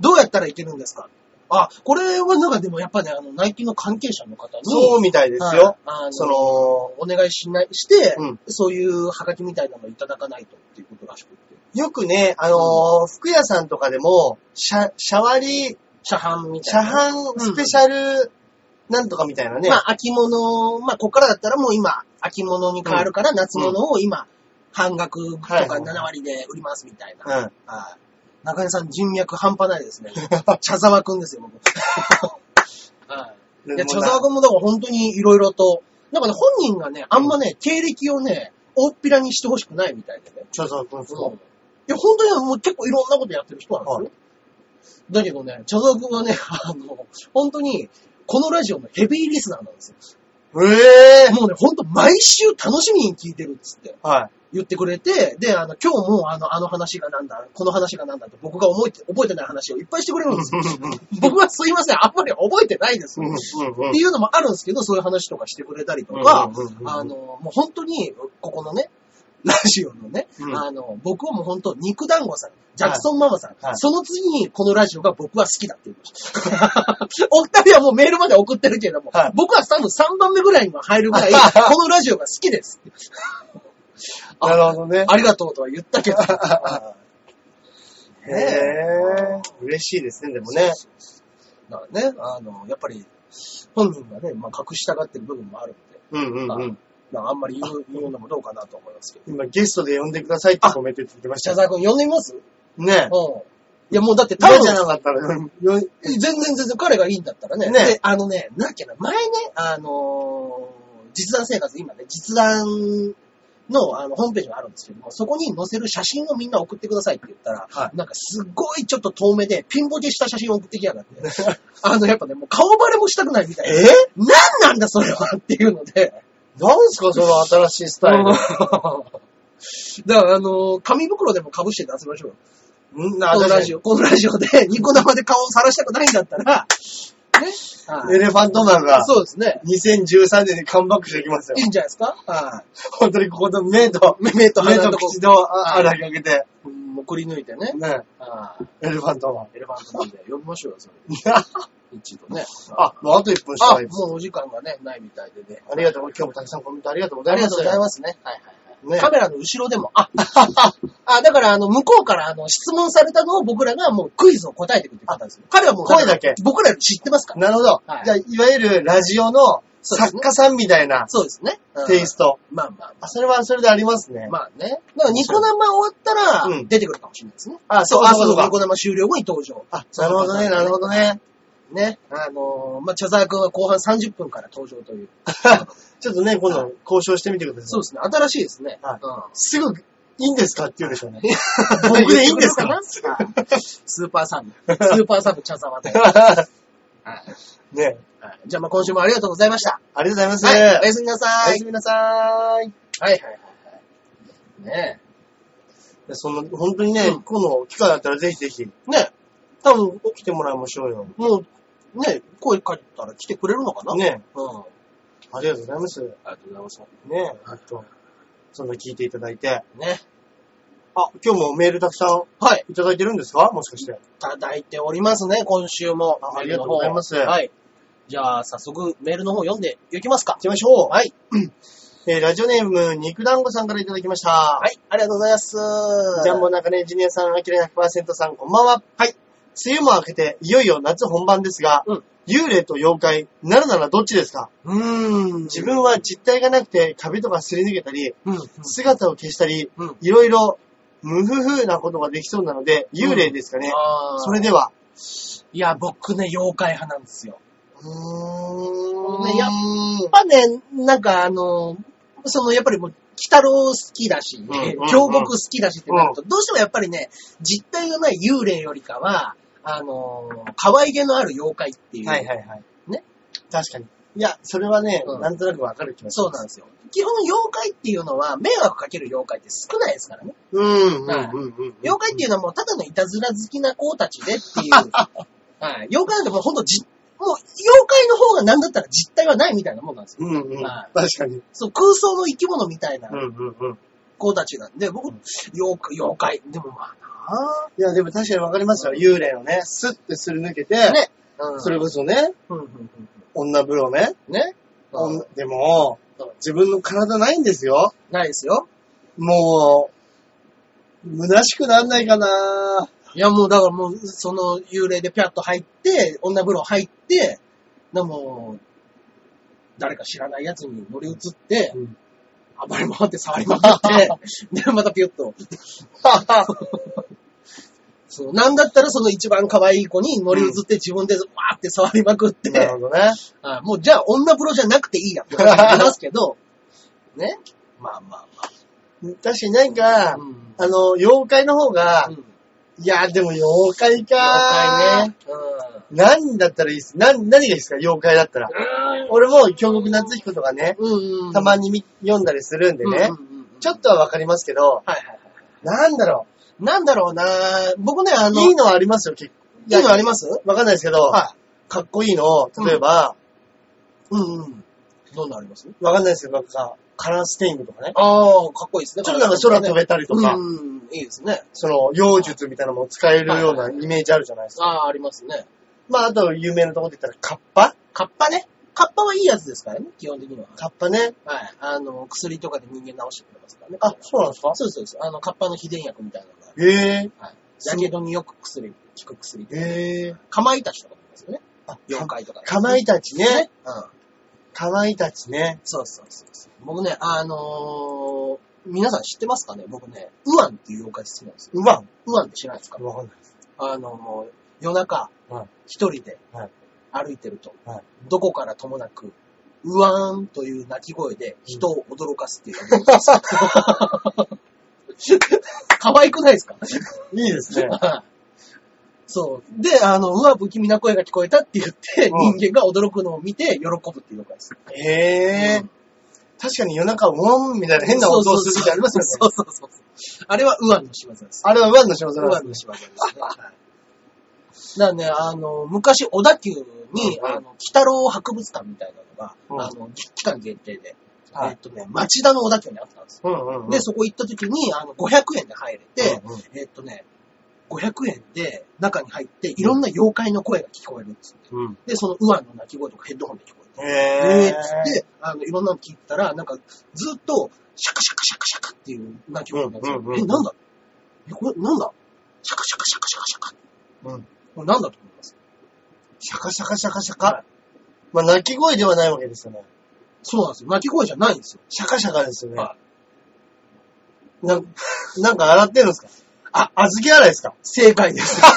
Speaker 1: どうやったらいけるんですかあ、これはなんかでもやっぱね、あの、ナイキの関係者の方に、
Speaker 2: そうみたいですよ。
Speaker 1: はいあの
Speaker 2: その、
Speaker 1: お願いしない、して、
Speaker 2: うん
Speaker 1: そういうハガキみたいなのいただかないとっていうことらしくって。
Speaker 2: よくね、あのー服屋さんとかでも、シャ、シャワリ、
Speaker 1: 車販み
Speaker 2: シ
Speaker 1: た
Speaker 2: ャ
Speaker 1: いな。
Speaker 2: ハンスペシャル、なんとかみたいなね。
Speaker 1: まあ、秋物、まあ、ここからだったらもう今、秋物に変わるから、夏物を今、半額とか
Speaker 2: はいはいはい
Speaker 1: 7割で売りますみたいな。
Speaker 2: うん。
Speaker 1: はい中根さん人脈半端ない
Speaker 2: (laughs)
Speaker 1: ですね。茶沢くんですよ、僕。はい。いや、茶沢くんもだから本当に色々と、なんかね、本人がね、あんまね、経歴をね、大っぴらにしてほしくないみたいでね。
Speaker 2: 茶沢くんですか
Speaker 1: いや、本当にもう結構いろんなことやってる人なんですよ。
Speaker 2: は
Speaker 1: だけどね、茶沢くんはね、あの、本当に、このラジオのヘビーリスナーなんですよ。
Speaker 2: ええ
Speaker 1: もうね、ほんと毎週楽しみに聞いてるっつって
Speaker 2: はい。
Speaker 1: 言ってくれて、で、あの、今日もあの、あの話がなんだ、この話がなんだって僕が覚えて、覚えてない話をいっぱいしてくれるんですよ。僕はすいません、あんまり覚えてないです。っ
Speaker 2: うんうん
Speaker 1: ていうのもあるんですけど、そういう話とかしてくれたりと
Speaker 2: う
Speaker 1: か
Speaker 2: んうんうんう、ん
Speaker 1: あの、もう本当に、ここのね、 (laughs) ラジオのね、
Speaker 2: うん
Speaker 1: あの、僕はもう本当、肉団子さん、ジャクソンママさん、
Speaker 2: はい
Speaker 1: その次にこのラジオが僕は好きだって言いました。 (laughs) お二人はもうメールまで送ってるけれども、
Speaker 2: はい
Speaker 1: 僕は多分3番目ぐらいには入る
Speaker 2: (laughs)
Speaker 1: ぐらい、このラジオが好きです。
Speaker 2: なるほどね。
Speaker 1: ありがとうとは言った
Speaker 2: (laughs)
Speaker 1: けど。
Speaker 2: へ
Speaker 1: ねえ
Speaker 2: え。嬉しいですね、でもね。
Speaker 1: だからね、あの、やっぱり、本人がね、まあ、隠したがってる部分もあるんで、
Speaker 2: うんうんうん。
Speaker 1: まあ、あんまり言う言うのもどうかなと思いますけど。
Speaker 2: 今ゲストで呼んでくださいってコメント言ってきまし
Speaker 1: 謝
Speaker 2: た。
Speaker 1: 罪君呼んでみます
Speaker 2: ね
Speaker 1: うん。いや、もうだって多
Speaker 2: 嫌
Speaker 1: 分
Speaker 2: じゃなかったら、よい
Speaker 1: 全然全然彼がいいんだったらね。
Speaker 2: ね
Speaker 1: で、あのね、なんだっけな、前ね、あのー実弾生活、今ね、実弾のあのホームページがあるんですけども、そこに載せる写真をみんな送ってくださいって言ったら、
Speaker 2: はい
Speaker 1: なんかすごいちょっと遠目でピンボケした写真を送ってきやがって、
Speaker 2: (laughs)
Speaker 1: あの、やっぱね、もう顔バレもしたくないみたいな。
Speaker 2: え
Speaker 1: 何なんだそれはっていうので、
Speaker 2: なんすかその新しいスタイル。
Speaker 1: だから、あのー紙袋でも被して出せましょうよ。
Speaker 2: うん、
Speaker 1: この
Speaker 2: 新
Speaker 1: ラ
Speaker 2: し
Speaker 1: ジ
Speaker 2: い。
Speaker 1: オ、このラジオでニコ生で顔をさらしたくないんだったら、ね。はい
Speaker 2: エレファントマンが
Speaker 1: そうですね。
Speaker 2: 2013年にカムバックしてきますよ (laughs)
Speaker 1: い。いんじゃないですかは
Speaker 2: 本当にここの目と、
Speaker 1: い。目と
Speaker 2: 目
Speaker 1: 鼻の
Speaker 2: と
Speaker 1: とこ
Speaker 2: 口とあ穴かけて、
Speaker 1: うんもうくり抜いてね。
Speaker 2: ね、
Speaker 1: はい
Speaker 2: エレファントマン。
Speaker 1: エレファントマンで呼びましょうよ、それ。一度ね。
Speaker 2: (laughs) あ、もうあと1分しか
Speaker 1: あ、
Speaker 2: ないです。
Speaker 1: もうお時間がね、ないみたいでね。
Speaker 2: ありがとう。今日もたくさんコメントありがとうござ
Speaker 1: あ
Speaker 2: い
Speaker 1: り
Speaker 2: ま
Speaker 1: が
Speaker 2: す。
Speaker 1: とうござい
Speaker 2: ま
Speaker 1: ますね。はいはい
Speaker 2: ね
Speaker 1: カメラの後ろでも、あ、あ、だからあの、向こうからあの、質問されたのを僕らがもうクイズを答えてくれてる方ですよ。彼はもう
Speaker 2: 声だけ
Speaker 1: 僕らより知ってますから。
Speaker 2: なるほど。
Speaker 1: はい
Speaker 2: じゃあ、いわゆるラジオの
Speaker 1: そうです
Speaker 2: 作
Speaker 1: ね
Speaker 2: 家さんみたいな
Speaker 1: そうですね。うん
Speaker 2: テイスト。
Speaker 1: まあまあ。
Speaker 2: あ、それはそれでありますね。
Speaker 1: まあね。だからニコ生終わった
Speaker 2: う
Speaker 1: ら
Speaker 2: ん
Speaker 1: 出てくるかもしれないですね。
Speaker 2: あそうそう
Speaker 1: あ、そ
Speaker 2: そうう
Speaker 1: か。
Speaker 2: か
Speaker 1: ニコ生終了後に登場。
Speaker 2: あ、なるほどね、なるほどね。
Speaker 1: ね。あのー、まあ、茶沢くんは後半30分から登場という。
Speaker 2: (laughs) ちょっとね、今度交渉してみてくださ
Speaker 1: そう
Speaker 2: い。
Speaker 1: ですね。新しいですね。
Speaker 2: はい
Speaker 1: うん
Speaker 2: すぐ、いいんですかって言うでしょうね。僕でいいんです
Speaker 1: (laughs)
Speaker 2: か
Speaker 1: スーパーサブ。スーパーサブ茶沢で。はい
Speaker 2: (laughs) ね
Speaker 1: はいじゃあまあ今週もありがとうございました。
Speaker 2: ありがとうござい
Speaker 1: はい。
Speaker 2: ま
Speaker 1: お
Speaker 2: す。
Speaker 1: やすみなさ
Speaker 2: おや
Speaker 1: い
Speaker 2: す。みなさーい。
Speaker 1: はいはいはいはい。ね
Speaker 2: そんな、本当にね、
Speaker 1: うん
Speaker 2: この機会だったらぜひぜひ、
Speaker 1: え。ね
Speaker 2: 多分起きてもらいましょうよ。
Speaker 1: え。もう、ねえ、声かけたら来てくれるのかな
Speaker 2: ね
Speaker 1: うん。あ
Speaker 2: ありがとうございます。ね
Speaker 1: りがとうございます。
Speaker 2: あと、そんな聞いていただいて。
Speaker 1: ね。
Speaker 2: あ、今日もメールたくさん
Speaker 1: はい。
Speaker 2: いただいてるんですかもしかして。
Speaker 1: いただいておりますね、今週も。
Speaker 2: あありがとうございます
Speaker 1: はい。じゃあ、早速、メールの方読んでいきますか
Speaker 2: 行。きましょう。
Speaker 1: はい。
Speaker 2: (clears throat) えーラジオネーム、肉団子さんからいただきました。
Speaker 1: はい、ありがとうございます。
Speaker 2: ジャンボ中根ジュニアさん、アキラ100%さん、こんばんは。はい。梅雨も明けて、いよいよ夏本番ですが、
Speaker 1: うん
Speaker 2: 幽霊と妖怪、なるならどっちですか
Speaker 1: うーん。
Speaker 2: 自分は実体がなくて、カビとかすり抜けたり、
Speaker 1: うん。
Speaker 2: 姿を消したり、
Speaker 1: うん
Speaker 2: いろいろ、無夫婦なことができそうなので、幽霊ですかね。
Speaker 1: あー
Speaker 2: それでは。
Speaker 1: いや、僕ね、妖怪派なんですよ。
Speaker 2: うーん。
Speaker 1: ねやっやっぱね、なんかあの、そのやっぱりもう、北郎好きだし、
Speaker 2: んうんうん
Speaker 1: 京極好きだしってなると、どうしてもやっぱりね、実体がない幽霊よりかは、あの、可愛げのある妖怪っていう。
Speaker 2: はいはいはい。
Speaker 1: ね。
Speaker 2: 確かに。いや、それはね、
Speaker 1: うん
Speaker 2: なんとなくわかる気がする。
Speaker 1: そうなんですよ。基本妖怪っていうのは、迷惑かける妖怪って少ないですからね。
Speaker 2: うん、うん、
Speaker 1: はい
Speaker 2: うんうん。
Speaker 1: 妖怪っていうのはもうただのいたずら好きな子たちでっていう。はい、妖怪なんてもうほんとじ、もう妖怪の方がなんだったら実体はないみたいなもんなんですよ。
Speaker 2: うんうん。
Speaker 1: は
Speaker 2: 確かに。
Speaker 1: そう、空想の生き物みたいな
Speaker 2: うんうんうん。
Speaker 1: 子たちなんで、僕、妖怪、妖怪。でもまあ
Speaker 2: いや、でも確かにわかりますよ。幽霊をね、スッてすり抜けて、
Speaker 1: ねなぁ。
Speaker 2: それこそね、
Speaker 1: うんうんうん
Speaker 2: 女風呂ね。
Speaker 1: うんね。
Speaker 2: 女でも、自分の体ないんですよ。
Speaker 1: ないですよ。
Speaker 2: もう、虚しくなんないかない
Speaker 1: やもうだからもう、その幽霊でピャッと入って、女風呂入って、なもう、誰か知らない奴に乗り移って、
Speaker 2: うん
Speaker 1: 暴れ回って触りま
Speaker 2: (laughs)
Speaker 1: くって、で、またピュッと。そう、なんだったらその一番可愛い子に乗り移って自分でわーって触りまくって、
Speaker 2: なるほどね。
Speaker 1: あもうじゃあ女風呂じゃなくていいやって話になりますけ (laughs) ど、ね。まあまあ
Speaker 2: 確かになんか、
Speaker 1: うん
Speaker 2: あの、妖怪の方が、
Speaker 1: まあ。うん。
Speaker 2: いや、でも妖怪か
Speaker 1: 妖怪ね。
Speaker 2: 何だったらいいです何、何がいいですか妖怪だったら。俺も、京極夏彦とかね、
Speaker 1: うん。うんうん。
Speaker 2: たま
Speaker 1: に
Speaker 2: に見読んだりするんでね、ちょ
Speaker 1: と、
Speaker 2: っとはわかりますけど、
Speaker 1: はいはいはい。
Speaker 2: なんだろ
Speaker 1: なんだろうな僕ね、あ
Speaker 2: う。
Speaker 1: の、
Speaker 2: いいのはありますよ、結構。
Speaker 1: いいのあります
Speaker 2: わかんないですけど、
Speaker 1: は
Speaker 2: かっこいいの、例えば、
Speaker 1: うんうん。どんなのあります
Speaker 2: わかんないですけど、なんか、カラーステイングとかね。
Speaker 1: ああ、かっこいいですね。
Speaker 2: ちょっとなんか空飛べたりとか、
Speaker 1: うん、いいですね。
Speaker 2: その、妖術みたいなのも使えるようなイメージあるじゃないですか。
Speaker 1: ああ、ありますね。
Speaker 2: まあ、あと、有名なとこで言ったら、カッパ
Speaker 1: カッパね。カッパはいいやつですからね、基本的には。
Speaker 2: カッパね。
Speaker 1: はい。あの、薬とかで人間治してくれますからね。
Speaker 2: あ、そうなんですか
Speaker 1: そうですそうです。あの、カッパの秘伝薬みたいなのが。
Speaker 2: へえ。
Speaker 1: はい。やけどによく薬、効く薬で。
Speaker 2: へえ。
Speaker 1: かまいたちとかもいますよね。
Speaker 2: あ、
Speaker 1: 妖怪とか。
Speaker 2: かまいたちね。
Speaker 1: うん。
Speaker 2: かまいたちね。
Speaker 1: そうそうそうそう。僕ね、あのー、皆さん知ってますかね僕ね、ウアンっていう妖怪好きなんですよ。
Speaker 2: うわ。
Speaker 1: ウアンって知らないですか
Speaker 2: わかんないです。
Speaker 1: あの、もう夜中
Speaker 2: はい、
Speaker 1: 一人で
Speaker 2: はい
Speaker 1: 歩いてると
Speaker 2: はい、
Speaker 1: どこからともなく、うわーんという鳴き声で人を驚かすっていう。 (laughs) 可愛くないですか
Speaker 2: いい
Speaker 1: (laughs)
Speaker 2: ですね。
Speaker 1: そう。で、あの、うわ、不気味な声が聞こえたって言って、
Speaker 2: うん
Speaker 1: 人間が驚くのを見て喜ぶっていうのがです。
Speaker 2: へえ、
Speaker 1: うん
Speaker 2: 確かに夜中、ウォンみたいな変な音をする時ありますよね。
Speaker 1: そうそうそうそう。あれはウアンの仕業です。
Speaker 2: あれはウワンの仕業
Speaker 1: ウ
Speaker 2: なんですね
Speaker 1: アンの仕業ですね。だからね、あの、昔、小田急に、
Speaker 2: うんうん
Speaker 1: あの、北郎博物館みたいなのが、
Speaker 2: うん
Speaker 1: あの、期間限定で、
Speaker 2: はい
Speaker 1: えっとね、町田の小田急にあったんですよ。
Speaker 2: うんうんうん。
Speaker 1: で、そこ行った時に、あの、500円で入れて、
Speaker 2: うんうん
Speaker 1: えっとね、500円で中に入って、いろんな妖怪の声が聞こえるんですよ。
Speaker 2: うん。
Speaker 1: で、そのウアンの鳴き声とかヘッドホンで聞こえる。
Speaker 2: へ
Speaker 1: えー、
Speaker 2: え
Speaker 1: っつって、あの、いろんなの聞いたら、なんか、ずっと、シャカシャカシャカシャカっていう鳴き声なんですよ。
Speaker 2: うんうんうん
Speaker 1: え、なんだえ、これ、なんだシャカシャカシャカシャカシャカ。
Speaker 2: うん
Speaker 1: これなんだと思います
Speaker 2: シャカシャカシャカシャカ。まあ、泣き声ではないわけですよね。
Speaker 1: そうなんですよ。泣き声じゃないんですよ。
Speaker 2: シャカシャカですよね。
Speaker 1: は
Speaker 2: ななんか洗ってるんですかあ、小豆洗いですか
Speaker 1: 正解です。バ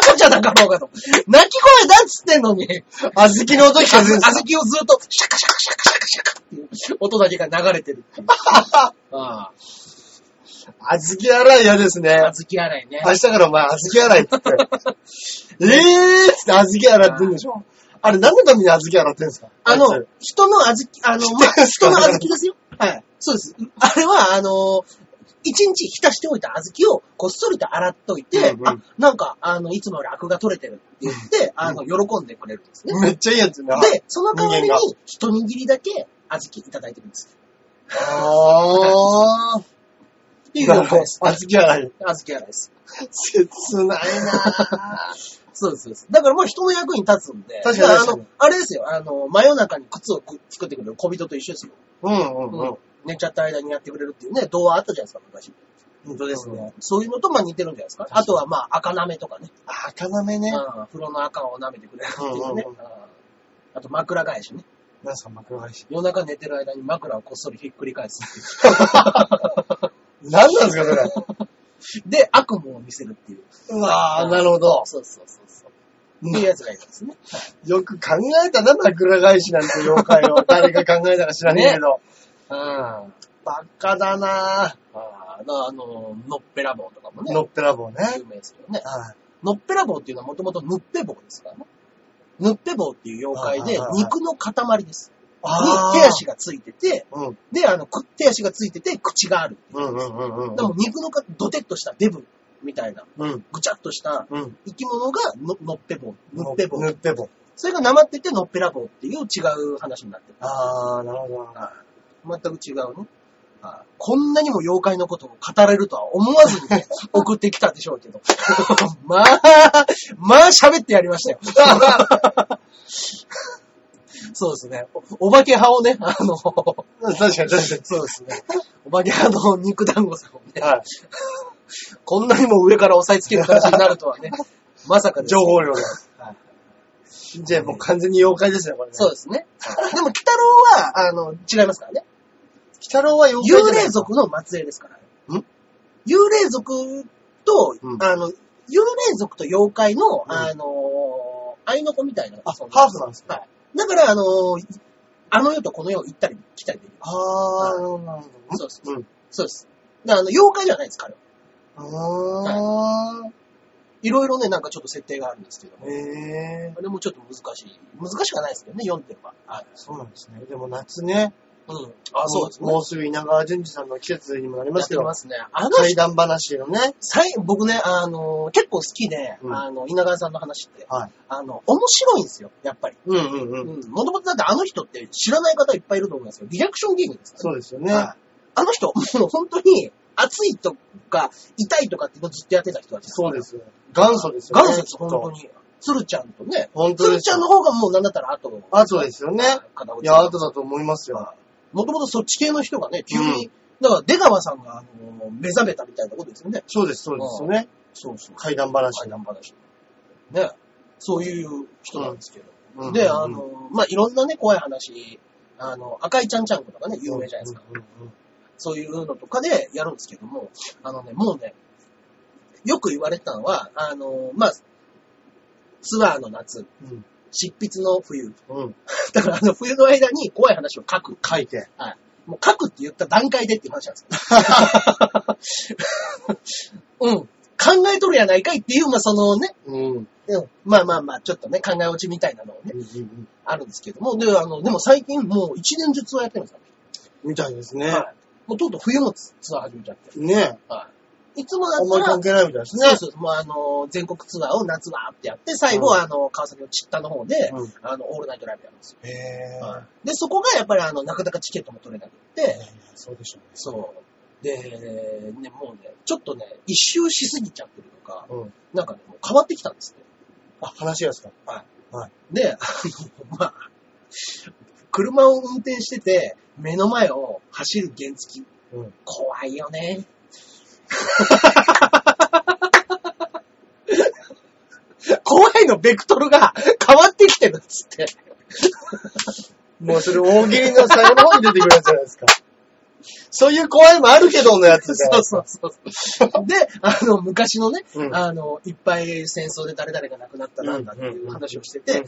Speaker 1: カじゃなかろうかと。泣き声だっつってんのに、
Speaker 2: 小豆の音聞か
Speaker 1: 小
Speaker 2: せるんですか
Speaker 1: 豆をずっと、シャカシャカシャカシャカシャカっていう音だけが流れてるっていう。ああ、
Speaker 2: 小豆洗い嫌ですね。
Speaker 1: 小豆洗いね。
Speaker 2: 明日からお前、小豆洗
Speaker 1: (laughs)
Speaker 2: いって言って。えーっつって小豆洗ってんでしょあれ、何のために小豆洗ってんですか
Speaker 1: あの
Speaker 2: いつ、
Speaker 1: 人の小豆、あの、まあ、人の小豆ですよ。はい。そうです。あれは、あの、一日浸しておいた小豆をこっそりと洗っといて、
Speaker 2: うんうん
Speaker 1: あ、なんか、あの、いつもよりアクが取れてるって言って、あの、喜んでくれるんですね。
Speaker 2: めっちゃいいやつな。
Speaker 1: で、その代わり
Speaker 2: 人間が
Speaker 1: に、一握りだけ小豆いただいてるんです。
Speaker 2: あー。
Speaker 1: いいよね
Speaker 2: 小豆洗い。
Speaker 1: 小豆洗いです。
Speaker 2: 切な
Speaker 1: (laughs)
Speaker 2: いなぁ。
Speaker 1: そうです、そうです。だからもう人の役に立つんで。
Speaker 2: 確かに
Speaker 1: だらあ
Speaker 2: 確か
Speaker 1: の、あれですよ、あの、真夜中に靴をく作ってくれる小人と一緒ですよ。
Speaker 2: うんうんうん。
Speaker 1: 寝ちゃった間にやってくれるっていうね、童話あったじゃないですか、昔。
Speaker 2: 本当ですね。
Speaker 1: そういうのとまあ似てるんじゃないですか。あとはまあ赤舐めとかね。
Speaker 2: あ、赤なめね。
Speaker 1: うん風呂の赤を舐めてくれるっていうね。
Speaker 2: うんうんうん
Speaker 1: うんあと枕返しね。
Speaker 2: なんすか、幕張市。
Speaker 1: 夜中寝てる間に枕をこっそりひっくり返すっ
Speaker 2: 何なんですか、それ。
Speaker 1: ていう。 (laughs) で、悪夢を見せるっていう。
Speaker 2: うわぁ、なるほど。
Speaker 1: そうそうそうそう。っていうやつがいるんですね。
Speaker 2: よく考えたな、枕返しなんて妖怪 (laughs) を。誰が考えたか知らねえけど。
Speaker 1: うん。あ
Speaker 2: バカだなぁ。
Speaker 1: あなあの、のっぺらぼうとかもね。
Speaker 2: のっぺらぼうね。
Speaker 1: 有名ですけどね。
Speaker 2: はい。
Speaker 1: のっぺらぼうっていうのはもともとぬっぺぼうですからね。ぬっぺぼうっていう妖怪
Speaker 2: はい
Speaker 1: で
Speaker 2: はいは、い
Speaker 1: 肉の塊です。
Speaker 2: あー
Speaker 1: に手足がついてて、
Speaker 2: うん。
Speaker 1: で、あの、く手足がついてて、口がある。
Speaker 2: うんうんうんうん。
Speaker 1: でも肉のか、ドテッとしたデブみたいな、
Speaker 2: うん。
Speaker 1: ぐちゃっとした
Speaker 2: うん。
Speaker 1: 生き物がの、のっぺぼう、ぬっぺぼ
Speaker 2: ぬ
Speaker 1: う。
Speaker 2: っぺぼ。
Speaker 1: それがなまってて、のっぺらぼうっていう違う話になってる。
Speaker 2: あー、なるほど。
Speaker 1: 全く違うね。あこんなにも妖怪のことを語れるとは思わず
Speaker 2: (laughs)
Speaker 1: にね、送ってきたでしょうけど。 (laughs) まあ、まあ喋ってやりましたよ。 (laughs) そうですね。おお化け派をね、あの、そ
Speaker 2: 確かに確か
Speaker 1: うですね。お化け派の肉団子さんをね
Speaker 2: に。、は
Speaker 1: こんなにも上から押さえつける形になるとはね、まさか
Speaker 2: い。
Speaker 1: です
Speaker 2: 情
Speaker 1: よ
Speaker 2: 報量が
Speaker 1: はい。
Speaker 2: じゃあもう完全に妖怪ですね、これね。
Speaker 1: そう
Speaker 2: う。
Speaker 1: ですね。でも、鬼太郎は、あの、違いますからね。
Speaker 2: 北郎は妖怪じ
Speaker 1: 幽
Speaker 2: ゃない
Speaker 1: 霊族の末裔ですから。
Speaker 2: ん
Speaker 1: 幽霊族と、
Speaker 2: うん
Speaker 1: あの、幽霊族と妖怪の、
Speaker 2: ん
Speaker 1: あのー、愛の子みたいな。
Speaker 2: あ
Speaker 1: その
Speaker 2: ハーフなんですか
Speaker 1: はい。だから、あのー、あの世とこの世を行ったり来たりできる。
Speaker 2: あー、なるほどなるほど。
Speaker 1: そうです。
Speaker 2: うん。う
Speaker 1: そうです。だからあの、妖怪じゃないです、彼は。
Speaker 2: ーん。
Speaker 1: いろいろね、なんかちょっと設定があるんですけども。
Speaker 2: へー。
Speaker 1: あれもちょっと難しい。難しくはないですけどね、読んでれば。はい。
Speaker 2: そうなんですね。でも夏ね。
Speaker 1: うん。あ、そうですね。
Speaker 2: もうすぐ稲川淳二さんの季節にもなりま
Speaker 1: や
Speaker 2: す
Speaker 1: っ
Speaker 2: け
Speaker 1: て
Speaker 2: ど。
Speaker 1: ますね。あの人
Speaker 2: 怪談話のね。
Speaker 1: 最僕ね、あの、結構好きで、
Speaker 2: うん
Speaker 1: あの、稲川さんの話って、
Speaker 2: はい。
Speaker 1: あの、面白いんですよ、やっぱり。
Speaker 2: うんうんう。
Speaker 1: うんん。もともとだってあの人って知らない方いっぱいいると思うんですけど、リアクション芸人ですか
Speaker 2: そうですよ
Speaker 1: ら
Speaker 2: ね。
Speaker 1: はいあの人、 (laughs) もう本当に、熱いとか、痛いとかっていうのをずっとやってた人だった。
Speaker 2: そうですよ。元祖ですよね。
Speaker 1: 元祖です、
Speaker 2: きっ
Speaker 1: 本
Speaker 2: と
Speaker 1: 当。に。鶴ちゃんとね。
Speaker 2: 本当
Speaker 1: 鶴
Speaker 2: です
Speaker 1: ち
Speaker 2: よ
Speaker 1: ゃんの方がもうなんだったら後。
Speaker 2: あ、そうですよね。
Speaker 1: 片
Speaker 2: い
Speaker 1: 落ち
Speaker 2: や、アウトだと思いますよ。
Speaker 1: もともとそっち系の人がね、急に、だから出川さんが、あの、目覚めたみたいなことですよね。
Speaker 2: そうです、そうですよね。
Speaker 1: そうそう。
Speaker 2: 怪談話。
Speaker 1: 怪談話。ね。そういう人なんですけど。
Speaker 2: うん
Speaker 1: で、あ、の、まあ、いろんなね、怖い話、あの、赤いちゃんちゃんことかね、有名じゃないですか。
Speaker 2: うんうんうん。
Speaker 1: そういうのとかでやるんですけども、あのね、もうね、よく言われてたのは、あの、まあ、ツアーの夏、
Speaker 2: うん
Speaker 1: 執筆の冬。 (laughs)
Speaker 2: うん。
Speaker 1: だから、あの、冬の間に怖い話を書く。
Speaker 2: 書いて。
Speaker 1: もう書くって言った段階でっていう話なんで
Speaker 2: (laughs)
Speaker 1: すけど。 (laughs) うん。考えとるやないかいっていう、まあ、そのね、
Speaker 2: うん。うん
Speaker 1: うん、まあまあまあ、ちょっとね、考え落ちみたいなのをね、
Speaker 2: うん
Speaker 1: あるんですけども、で、あの、でも最近もう一年中ツアーやってるんですよ。
Speaker 2: みたいですね。
Speaker 1: はい。もうとうとう冬もツアー始めちゃってる。
Speaker 2: ね
Speaker 1: はい。いつもだ
Speaker 2: あんまり
Speaker 1: ったら、
Speaker 2: 関係ないみたいですね
Speaker 1: そう。そう、もうあの、全国ツアーを夏はってやって、最後はあの、川崎のチッタの方で、
Speaker 2: うん
Speaker 1: あの、オールナイトライブやるんですよ。
Speaker 2: へえ。
Speaker 1: はい。で、そこがやっぱりあの、なかなかチケットも取れなくって、
Speaker 2: そうでしょうね。
Speaker 1: そう。で、ね、もうね、ちょっとね、一周しすぎちゃってるのか、
Speaker 2: うん
Speaker 1: なんかね、もう変わってきたんですね。
Speaker 2: あ、話やすか。
Speaker 1: で、あの、まあ、車を運転してて、目の前を走る原付き。
Speaker 2: うん
Speaker 1: 怖いよ (laughs) ね。怖いののベクトルが変わってきてるっつって。
Speaker 2: もうそれ大喜利の最後の方に出てくるやつじゃないですか。そういう怖いもあるけどのやつじゃない
Speaker 1: そう
Speaker 2: ですか。
Speaker 1: そうそう。で、あの、昔のね、
Speaker 2: うん
Speaker 1: あの、いっぱい戦争で誰々が亡くなったなんだっていう話をしてて、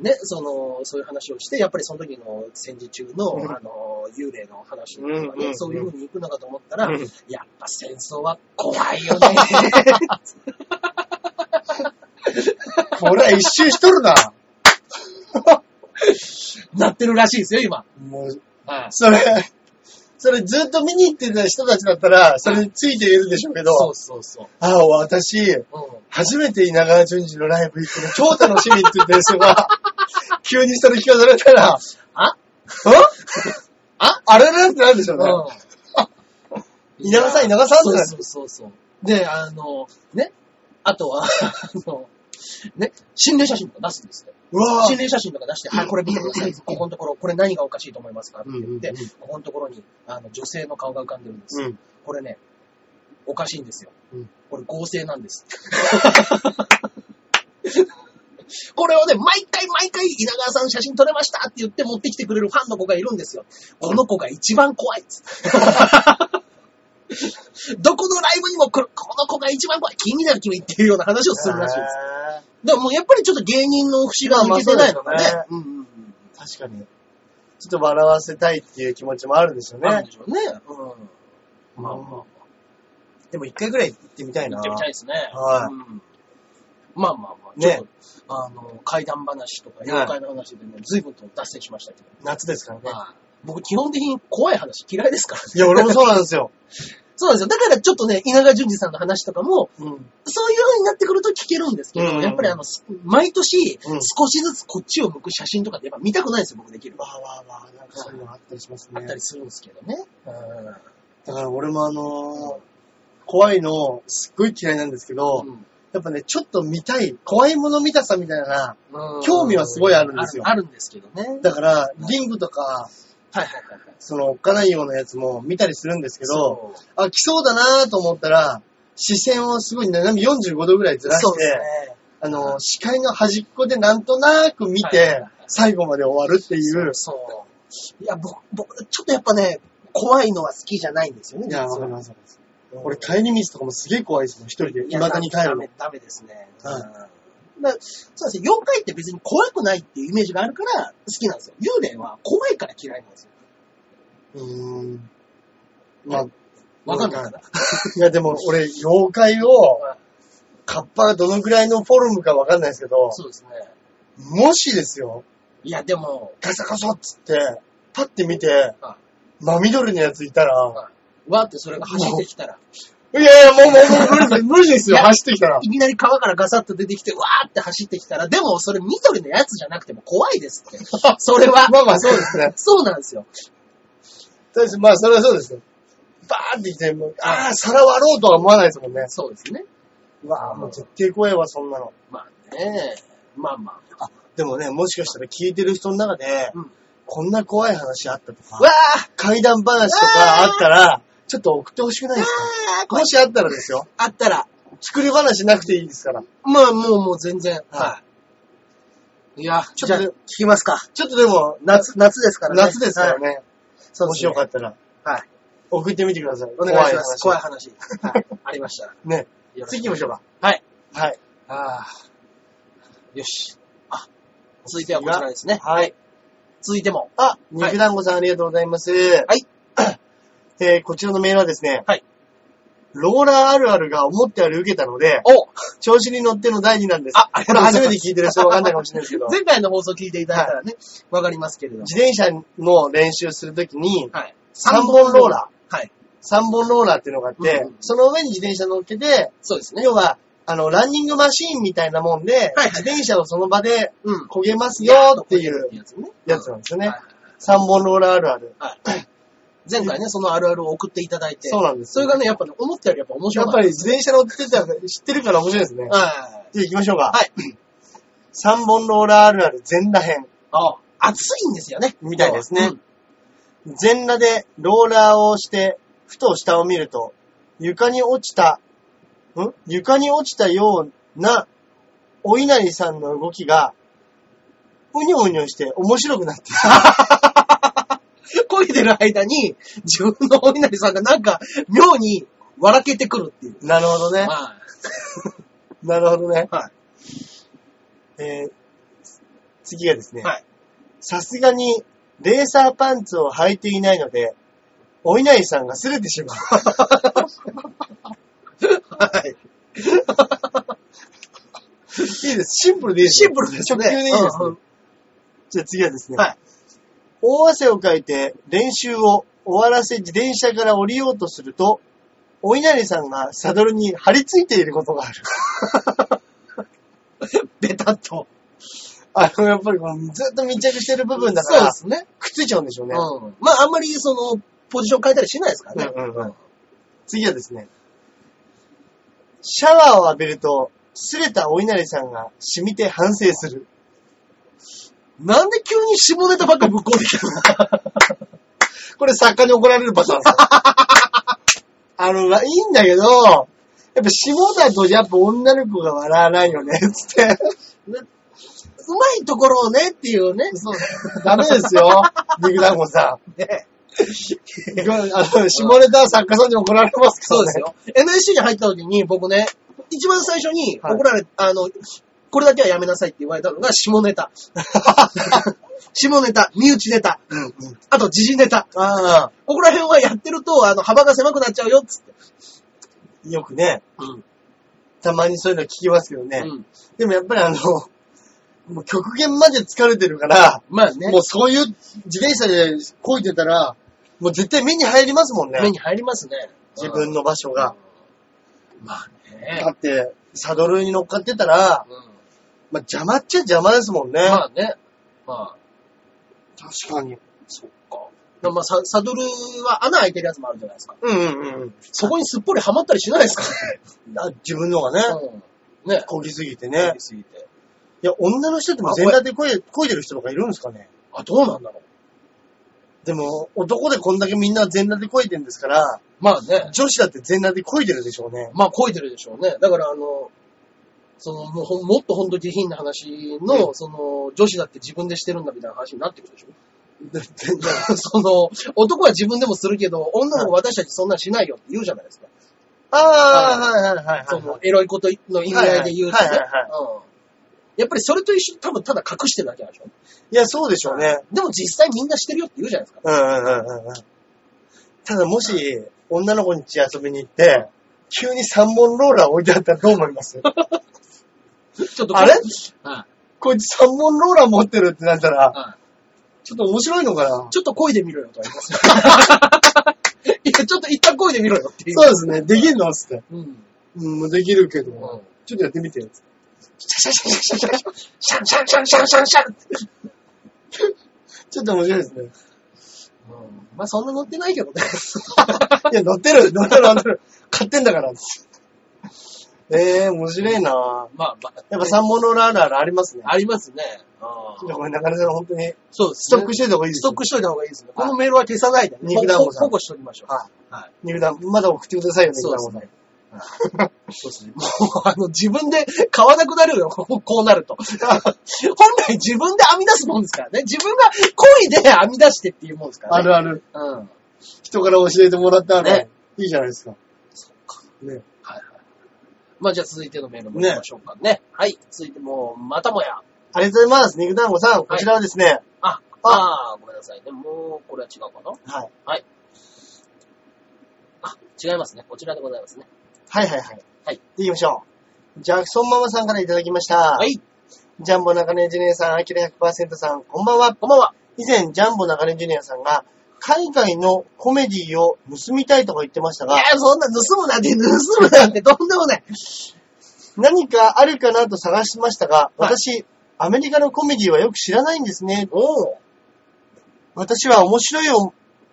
Speaker 1: ね、その、そういう話をして、やっぱりその時の戦時中の、
Speaker 2: うん
Speaker 1: あの、幽霊の話とか
Speaker 2: うんうんう
Speaker 1: ね、
Speaker 2: ん
Speaker 1: そういう風に行くのかと思ったら、
Speaker 2: うん
Speaker 1: やっぱ戦争は怖い
Speaker 2: (laughs)
Speaker 1: よね。
Speaker 2: これは一周しとるな。
Speaker 1: なってるらしいですよ、今。
Speaker 2: もう、
Speaker 1: はい
Speaker 2: それ、それずっと見に行ってた人たちだったら、それについているでしょうけど、
Speaker 1: そうそうそう。
Speaker 2: ああ、私、
Speaker 1: うん
Speaker 2: 初めて稲川淳二のライブ行くの超楽しみって言ってる人が、 (laughs) 急にそれ聞かされた
Speaker 1: (laughs)
Speaker 2: ら、
Speaker 1: あ
Speaker 2: ああれれってなるでしょうね。
Speaker 1: うん。
Speaker 2: (laughs) 稲川さん稲川さん
Speaker 1: そう
Speaker 2: って
Speaker 1: そうそうそう。で、あの、ね、あとは、あの、ね、心霊写真とか出すんですよ。
Speaker 2: うわぁ
Speaker 1: 心。霊写真とか出して、はい、これ見てください。ここのところ、これ何がおかしいと思いますかって言って
Speaker 2: うんうんうん、
Speaker 1: ここのところに、あの、女性の顔が浮かんでるんです。
Speaker 2: うん。
Speaker 1: これね、おかしいんですよ。
Speaker 2: うん
Speaker 1: これ合成なんです。 (laughs) これをね、毎回毎回稲川さん写真撮れましたって言って持ってきてくれるファンの子がいるんですよ。この子が一番怖いっ
Speaker 2: (laughs)
Speaker 1: つって。どこのライブにも来る、この子が一番怖い、君だ君っていうような話をするらしいです。でももうやっぱりちょっと芸人の節が抜けてないのがね。
Speaker 2: まあまあ
Speaker 1: うんうんうん
Speaker 2: 確かに。ちょっと笑わせたいっていう気持ちもあるんでしょう
Speaker 1: な
Speaker 2: ね
Speaker 1: んで。しょうね。うん。まあまあまあ。
Speaker 2: でも一回ぐらい行ってみたい
Speaker 1: 行
Speaker 2: な。
Speaker 1: ってみたいですね。
Speaker 2: はい
Speaker 1: うんまあまあまあ、ちょ
Speaker 2: ね
Speaker 1: っと、あの、怪談話とか
Speaker 2: い
Speaker 1: 妖怪の話でね、随分と脱線しましたけど、
Speaker 2: 夏ですからね。
Speaker 1: まあ、僕基本的に怖い話嫌いですからね。
Speaker 2: いや、俺もそうなんですよ。
Speaker 1: (laughs) そうなんですよ。だからちょっとね、稲川淳二さんの話とかも、
Speaker 2: うん。
Speaker 1: そういう風になってくると聞けるんですけど、
Speaker 2: うんうんうん
Speaker 1: やっぱりあの、す毎年、
Speaker 2: うん
Speaker 1: 少しずつこっちを向く写真とかってやっぱ見たくないんですよ、僕できる。
Speaker 2: わあわあわあ、なんかそういうのあったりします
Speaker 1: あ
Speaker 2: ね
Speaker 1: っ。たりするんですけどね。
Speaker 2: だから俺もあのー怖いの、すっごい嫌いなんですけど、やっぱね、ちょっと見たい、怖いもの見たさみたいな、
Speaker 1: うん
Speaker 2: 興味はすごいあるんですよ
Speaker 1: あるあるんですけどね。
Speaker 2: だから、リングとか、
Speaker 1: はいはいはいはい。
Speaker 2: その、おっかないようなやつも見たりするんですけど、
Speaker 1: そう
Speaker 2: あ、来そうだなと思ったら、視線をすごい斜め45度ぐらいずらし
Speaker 1: そうです
Speaker 2: て、
Speaker 1: ね。
Speaker 2: あの、視界の端っこでなんとなく見
Speaker 1: はいはい
Speaker 2: て
Speaker 1: はい、
Speaker 2: 最後まで終わるっていう。
Speaker 1: そう。いや、僕、僕、ちょっとやっぱね、怖いのは好きじゃないんですよね。
Speaker 2: いや、わ
Speaker 1: 実
Speaker 2: か
Speaker 1: は
Speaker 2: ります。わかります俺、帰り道とかもすげえ怖いですもん、一人で。
Speaker 1: い
Speaker 2: 未
Speaker 1: や
Speaker 2: だに帰る
Speaker 1: ダ
Speaker 2: の
Speaker 1: メ。、ダメですね。うん
Speaker 2: はい
Speaker 1: だからそうですね、妖怪って別に怖くないっていうイメージがあるから好きなんですよ。幽霊は怖いから嫌いなんですよ。
Speaker 2: うーん。まあ、
Speaker 1: わかんないから。
Speaker 2: いや、でも俺、妖怪を、カッパがどのぐらいのフォルムかわかんないですけど、
Speaker 1: そうですね。
Speaker 2: もしですよ、
Speaker 1: いや、でも、
Speaker 2: ガサガサっつって、パッて見て
Speaker 1: は、
Speaker 2: 真緑のやついたら、
Speaker 1: わーってそれが走ってきたら、
Speaker 2: いやいや、もうもうもう無理です、無理ですよ、
Speaker 1: いや
Speaker 2: 走ってきたら。
Speaker 1: いきなり川からガサッと出てきて、わーって走ってきたら、でもそれ緑のやつじゃなくても怖いですって。それ
Speaker 2: (laughs)
Speaker 1: は。
Speaker 2: まあまあ、そうですね。
Speaker 1: (laughs) そうなんですよ。
Speaker 2: そうですまあ、それはそうですよ。バーって来て、もうああ、皿割ろうとは思わないですもんね。
Speaker 1: そうですね。
Speaker 2: うわあ、もう絶対怖いわ、そんなの。
Speaker 1: まあね。まあまあ。
Speaker 2: でもね、もしかしたら聞いてる人の中で、
Speaker 1: うん
Speaker 2: こんな怖い話あったとか、
Speaker 1: わー
Speaker 2: 怪談話とかあったら、ちょっと送ってほしくないですか
Speaker 1: あーこ
Speaker 2: もしあったらですよ。
Speaker 1: あったら、
Speaker 2: 作り話なくていいですから。
Speaker 1: まあもうもう全然、
Speaker 2: は
Speaker 1: はい。いや、
Speaker 2: ちょっと
Speaker 1: じゃあ聞きますか。
Speaker 2: ちょっとでも、夏、
Speaker 1: 夏、夏ですからね。
Speaker 2: 夏ですから
Speaker 1: はい。
Speaker 2: ね。
Speaker 1: そう
Speaker 2: も
Speaker 1: です
Speaker 2: し
Speaker 1: ね
Speaker 2: よかったら、
Speaker 1: はい。
Speaker 2: 送ってみてください。
Speaker 1: お願いします。
Speaker 2: 怖
Speaker 1: 怖い
Speaker 2: い話。
Speaker 1: 話。はい。ありましたら。
Speaker 2: ね。
Speaker 1: よろし
Speaker 2: 次
Speaker 1: く
Speaker 2: 行きましょうか。
Speaker 1: はい。
Speaker 2: はい。
Speaker 1: あーよし。あ、続いてはこちらですね。
Speaker 2: はい。
Speaker 1: 続いても。。
Speaker 2: あ、肉団子さんありがとうございます。はい (coughs) えー、こちらのメールはですね、
Speaker 1: はい。
Speaker 2: ローラーあるあるが思ったより受けたので、
Speaker 1: お
Speaker 2: 調子に乗っての第2弾です。
Speaker 1: ああり
Speaker 2: こ
Speaker 1: が
Speaker 2: れ
Speaker 1: とうございます
Speaker 2: 初めて聞いてる人わかんないかもしれないですけど、
Speaker 1: (laughs) 前回の放送聞いていただいたらね、わかりますけれども。
Speaker 2: 自転車の練習するときに、
Speaker 1: はい。
Speaker 2: 3本ローラ
Speaker 1: ー。は
Speaker 2: ー、
Speaker 1: い。
Speaker 2: 3本ローラーっていうのがあって、
Speaker 1: うんうん
Speaker 2: その上に自転車乗っけて、
Speaker 1: そうですね。
Speaker 2: 要は、あの、ランニングマシーンみたいなもんで、
Speaker 1: はい
Speaker 2: 自転車をその場で
Speaker 1: うん。
Speaker 2: 焦げますよっていう
Speaker 1: やつね。
Speaker 2: やつなんですよね
Speaker 1: はい。
Speaker 2: 3本ローラーあるある。
Speaker 1: 前回ね、そのあるあるを送っていただいて。
Speaker 2: そうなんです
Speaker 1: それがね、やっぱね、思ったよりやっぱ面
Speaker 2: や
Speaker 1: 白
Speaker 2: っ
Speaker 1: か
Speaker 2: ぱ
Speaker 1: っ
Speaker 2: り自転車乗ってたら知ってるから面白いですね
Speaker 1: た。。はい。
Speaker 2: じゃあ行きましょうか。
Speaker 1: はい。
Speaker 2: 3本ローラーあるある全裸編。
Speaker 1: ああ暑いんですよね。
Speaker 2: みたいですね
Speaker 1: うん
Speaker 2: 全裸でローラーをして、ふと下を見ると、床に落ちた、ん床に落ちたようなお稲荷さんの動きが、うにょうにょして面白くなってき
Speaker 1: こいでる間に、自分のお稲荷さんがなんか、妙に笑けてくるっていう。
Speaker 2: た。なるほどね。
Speaker 1: まあ、
Speaker 2: なるほどね。
Speaker 1: は
Speaker 2: えー、次がですね。
Speaker 1: はい
Speaker 2: さすがに、レーサーパンツを履いていないので、お稲荷さんが擦れてしまう。はい。いいです。シンプルでいいです。
Speaker 1: シンプルですね。
Speaker 2: 直球でいいですね
Speaker 1: うんうん
Speaker 2: じゃあ次はですね。
Speaker 1: はい
Speaker 2: 大汗をかいて練習を終わらせ自転車から降りようとすると、お稲荷さんがサドルに張り付いていることがある。
Speaker 1: ベタっと。
Speaker 2: (laughs) あの、やっぱりこのずっと密着してる部分だか
Speaker 1: そうで
Speaker 2: ら、
Speaker 1: すね。
Speaker 2: くっついちゃうんでしょうね。
Speaker 1: うん。まあ、あんまりその、ポジション変えたりしないですからね。
Speaker 2: うんうんうん次はですね、シャワーを浴びると、擦れたお稲荷さんが染みて反省する。
Speaker 1: なんで急に下ネタばっかぶっこんできたの
Speaker 2: (laughs) これ作家に怒られるパターンです。 (laughs) あの、まあいいんだけど、やっぱ下だとやっぱ女の子が笑わないよね、つって。
Speaker 1: うまいところをねっていうね。 (laughs) そう
Speaker 2: ダメです (laughs) よ、肉団子さん。 (laughs)
Speaker 1: ね。
Speaker 2: あの下ネタは作家さんに怒られますけ
Speaker 1: そ
Speaker 2: ど
Speaker 1: うで
Speaker 2: ね
Speaker 1: す。よ。NSC に入った時に僕ね、一番最初に
Speaker 2: はい
Speaker 1: 怒られ、あの、これだけはやめなさいって言われたのが下ネ (laughs) タ。下ネタ、身内ネタ、
Speaker 2: うんうん。
Speaker 1: あと時事ネタ。
Speaker 2: ああ、
Speaker 1: ここら辺はやってると、あの、幅が狭くなっちゃうよっつって。
Speaker 2: よくね、
Speaker 1: うん
Speaker 2: たまにそういうの聞きますけどね。
Speaker 1: うん。
Speaker 2: でもやっぱりあの、もう極限まで疲れてるから、
Speaker 1: まあね
Speaker 2: もう、そういう自転車で漕いでたら、もう絶対目に入りますもんね。
Speaker 1: 目に入りますね。
Speaker 2: 自分の場所が。
Speaker 1: うん。まあ
Speaker 2: だ
Speaker 1: ね。
Speaker 2: って、サドルに乗っかってたら、
Speaker 1: うん
Speaker 2: まあ、邪魔っちゃ邪魔ですもんね。
Speaker 1: まあね。まあ。
Speaker 2: 確かに。
Speaker 1: そっか。でもまあ、ササドルは穴開いてるやつもあるじゃないですか。
Speaker 2: うんうんうん。
Speaker 1: そこにすっぽりはまったりしないですか
Speaker 2: あ自分のがね、
Speaker 1: うん。ね。
Speaker 2: 漕ぎすぎて
Speaker 1: や
Speaker 2: ね
Speaker 1: り。すぎて。
Speaker 2: いや、女の人っても全裸で漕い漕いでる人とかいるんですかね。
Speaker 1: あ、どうなんだろう。
Speaker 2: でも、男でこんだけみんな全裸で漕いでるんですから、
Speaker 1: まあね。
Speaker 2: 女子だって全裸で漕いでるでしょうね。
Speaker 1: まあ、こいでるでしょうね。だから、あの、その、もうほんもっとほんと下品な話の、
Speaker 2: う
Speaker 1: その、女子だって自分でしてるんだみたいな話になってくるでしょ。
Speaker 2: 全裸
Speaker 1: (laughs) その、男は自分でもするけど、女の子私たちそんなんしないよって言うじゃないですか。
Speaker 2: (laughs) ああ、はいはいはいはい。
Speaker 1: その、エロいことの意味合いで言うと
Speaker 2: はいは
Speaker 1: ね
Speaker 2: いはいはい。
Speaker 1: うんやっぱりそれと一緒に多分ただ隠してるだけなんでしょ。
Speaker 2: いや、そうでしょうね。
Speaker 1: でも実際みんなしてるよって言うじゃないですか。
Speaker 2: うんうんうんうんうん。ただもし、女の子に家遊びに行って、急に3本ローラー置いてあったらどう思います
Speaker 1: (laughs) ちょっと
Speaker 2: あれ
Speaker 1: は
Speaker 2: こいつ3本ローラー持ってるってなった
Speaker 1: い
Speaker 2: ら、
Speaker 1: はい
Speaker 2: ちょっと面白いのかな
Speaker 1: ちょっと漕いでみろよとは言いますよ。いや、ちょっと一旦漕いでみろよっていう。
Speaker 2: そうですね。できるのつって。
Speaker 1: うん。
Speaker 2: うん、できるけど、
Speaker 1: うん
Speaker 2: ちょっとやってみて。
Speaker 1: シャシャシャシャシャシャシャンシャンシャンシャンシャンシャンって
Speaker 2: ちょっと面白いですね。
Speaker 1: うんまあそんな乗ってないけどね。
Speaker 2: いや、乗ってる、乗ってる、乗ってる。買ってんだから。ええー、面白いな
Speaker 1: (laughs) まあまあ。
Speaker 2: やっぱ3本ローラーあるあるありますね。
Speaker 1: ありますね。
Speaker 2: いやこれなかなか本当に、
Speaker 1: そうです
Speaker 2: スト
Speaker 1: ね、
Speaker 2: ックしておいた方がいいです
Speaker 1: ス
Speaker 2: よ
Speaker 1: トックしといた方がいいですね。このメールは消さないで。
Speaker 2: 肉団子さん
Speaker 1: 保護しときましょう。
Speaker 2: は
Speaker 1: はい。
Speaker 2: 肉団まだ送ってくださいよ、肉
Speaker 1: そう
Speaker 2: 団
Speaker 1: で
Speaker 2: 子
Speaker 1: す
Speaker 2: さん
Speaker 1: ね。そうですね。もう、あの、自分で買わなくなるよ、こここうなると。 (laughs) 本来自分で編み出すもんですからね。自分が恋で編み出してっていうもんですから
Speaker 2: あ
Speaker 1: ね。
Speaker 2: るある。
Speaker 1: ある。うん。
Speaker 2: 人から教えてもらったら、
Speaker 1: ね
Speaker 2: いいじゃないですか。ね。
Speaker 1: まあじゃあ続いてのメールも行きましょうかね。はい。続いてもう、またもや。
Speaker 2: ありがとうございます。肉団子さん、こちらはですね、
Speaker 1: あ、あーごめんなさいね。もう、これは違うかな
Speaker 2: はい。
Speaker 1: あ、違いますね。こちらでございますね。
Speaker 2: はいはいはい。
Speaker 1: はい。
Speaker 2: 行きましょう。ジャクソンママさんからいただきました。は
Speaker 1: はい。
Speaker 2: ジャンボ中根ジュニアさん、アキラ100%さん、こんばんは。こんばんは。以前、ジャンボ中根ジュニアさんが、海外のコメディを盗みたいとか言ってました
Speaker 1: いや
Speaker 2: が、、
Speaker 1: そんな盗むなんて、盗むなんてとんでもない。
Speaker 2: 何かあるかなと探しましたが、
Speaker 1: はい
Speaker 2: 私、アメリカのコメディはよく知らないんですね。私は面白い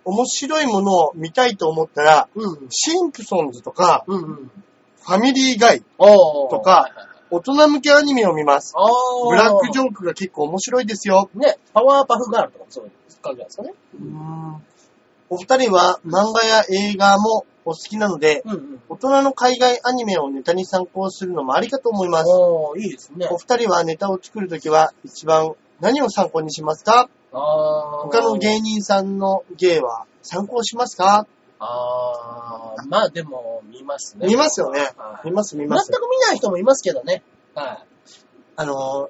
Speaker 2: お、面白いものを見たいと思ったら、
Speaker 1: うん。
Speaker 2: シンプソンズとか、
Speaker 1: うんうん。
Speaker 2: ファミリーガイ、
Speaker 1: おー。
Speaker 2: とか大人向けアニメを見ます。
Speaker 1: おー。
Speaker 2: ブラックジョークが結構面白いですよ。
Speaker 1: ね、パワーパフガールとかもそういう感じなんですかね。
Speaker 2: お二人は漫画や映画もお好きなので、
Speaker 1: うんうん。
Speaker 2: 大人の海外アニメをネタに参考するのもありかと思います。
Speaker 1: おー、いいですね
Speaker 2: お。二人はネタを作るときは一番何を参考にしますか
Speaker 1: あー。
Speaker 2: 他の芸人さんの芸は参考しますか
Speaker 1: あー、まあでも、見ますね。
Speaker 2: 見ますよね
Speaker 1: は。い
Speaker 2: 見ます見
Speaker 1: 全く見
Speaker 2: ます。
Speaker 1: ない人もいますけどね。は
Speaker 2: あのー、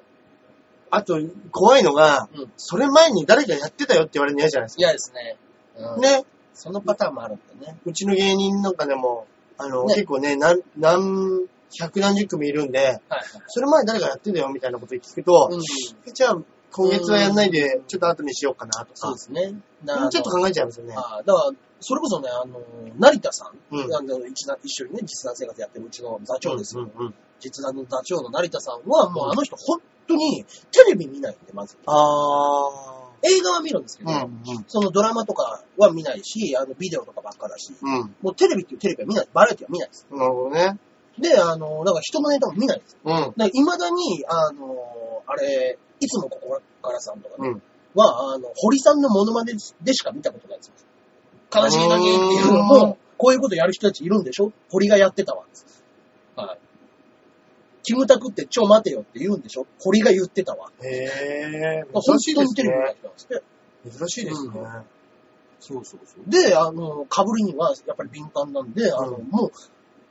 Speaker 2: あと怖いのが、
Speaker 1: うん
Speaker 2: それ前に誰かやってたよって言われるの嫌じゃないです
Speaker 1: い。嫌ですね。う
Speaker 2: か。
Speaker 1: ん。
Speaker 2: ね。
Speaker 1: そのパターンもあるんだね。
Speaker 2: うちの芸人なんかでも、あの、
Speaker 1: ね
Speaker 2: 結構ね、何、何、百何十組いるんで、
Speaker 1: はいはい。
Speaker 2: それ前に誰かやってたよみたいなこと聞くと、
Speaker 1: うん。
Speaker 2: じゃあ今月はやんないで、ちょっと後にしようかなと
Speaker 1: そう
Speaker 2: か
Speaker 1: で、すね。な
Speaker 2: ちょっと考えちゃいますよね。
Speaker 1: あーだから、それこそね、あの、成田さん、
Speaker 2: うん
Speaker 1: あの一段一緒にね、実弾生活やってるうちの座長ですよ。
Speaker 2: うんうんうん
Speaker 1: 実弾の座長の成田さんは、もう
Speaker 2: うん
Speaker 1: あの人、本当にテレビ見ないんで、まず。
Speaker 2: あ
Speaker 1: 映画は見るんですけど、
Speaker 2: ー。うん
Speaker 1: そのドラマとかは見ないし、あのビデオとかばっかだし、
Speaker 2: うん。うん。
Speaker 1: もうテレビっていうテレビは見ない、バラエティは見ないです。
Speaker 2: なるほどね。
Speaker 1: で、あの、だから人のネタも見ないです。
Speaker 2: うん。
Speaker 1: だから未だに、あの、あれ、いつもここからさんとかね
Speaker 2: うん。
Speaker 1: は、あの、堀さんのモノマネでしか見たことないです。悲しいだけっていうのも、こういうことやる人たちいるんでしょ堀がやってたわ。はい。キムタクってちょ待てよって言うんでしょ堀が言ってたわ。
Speaker 2: へー。
Speaker 1: 本
Speaker 2: 珍しい
Speaker 1: 当
Speaker 2: で
Speaker 1: に
Speaker 2: す
Speaker 1: テレビ見ない
Speaker 2: ね。
Speaker 1: 人なんですって。
Speaker 2: 珍しいですね。
Speaker 1: うんそうそうそう。で、あの、被りにはやっぱり敏感なんで、あの、
Speaker 2: うん
Speaker 1: もう、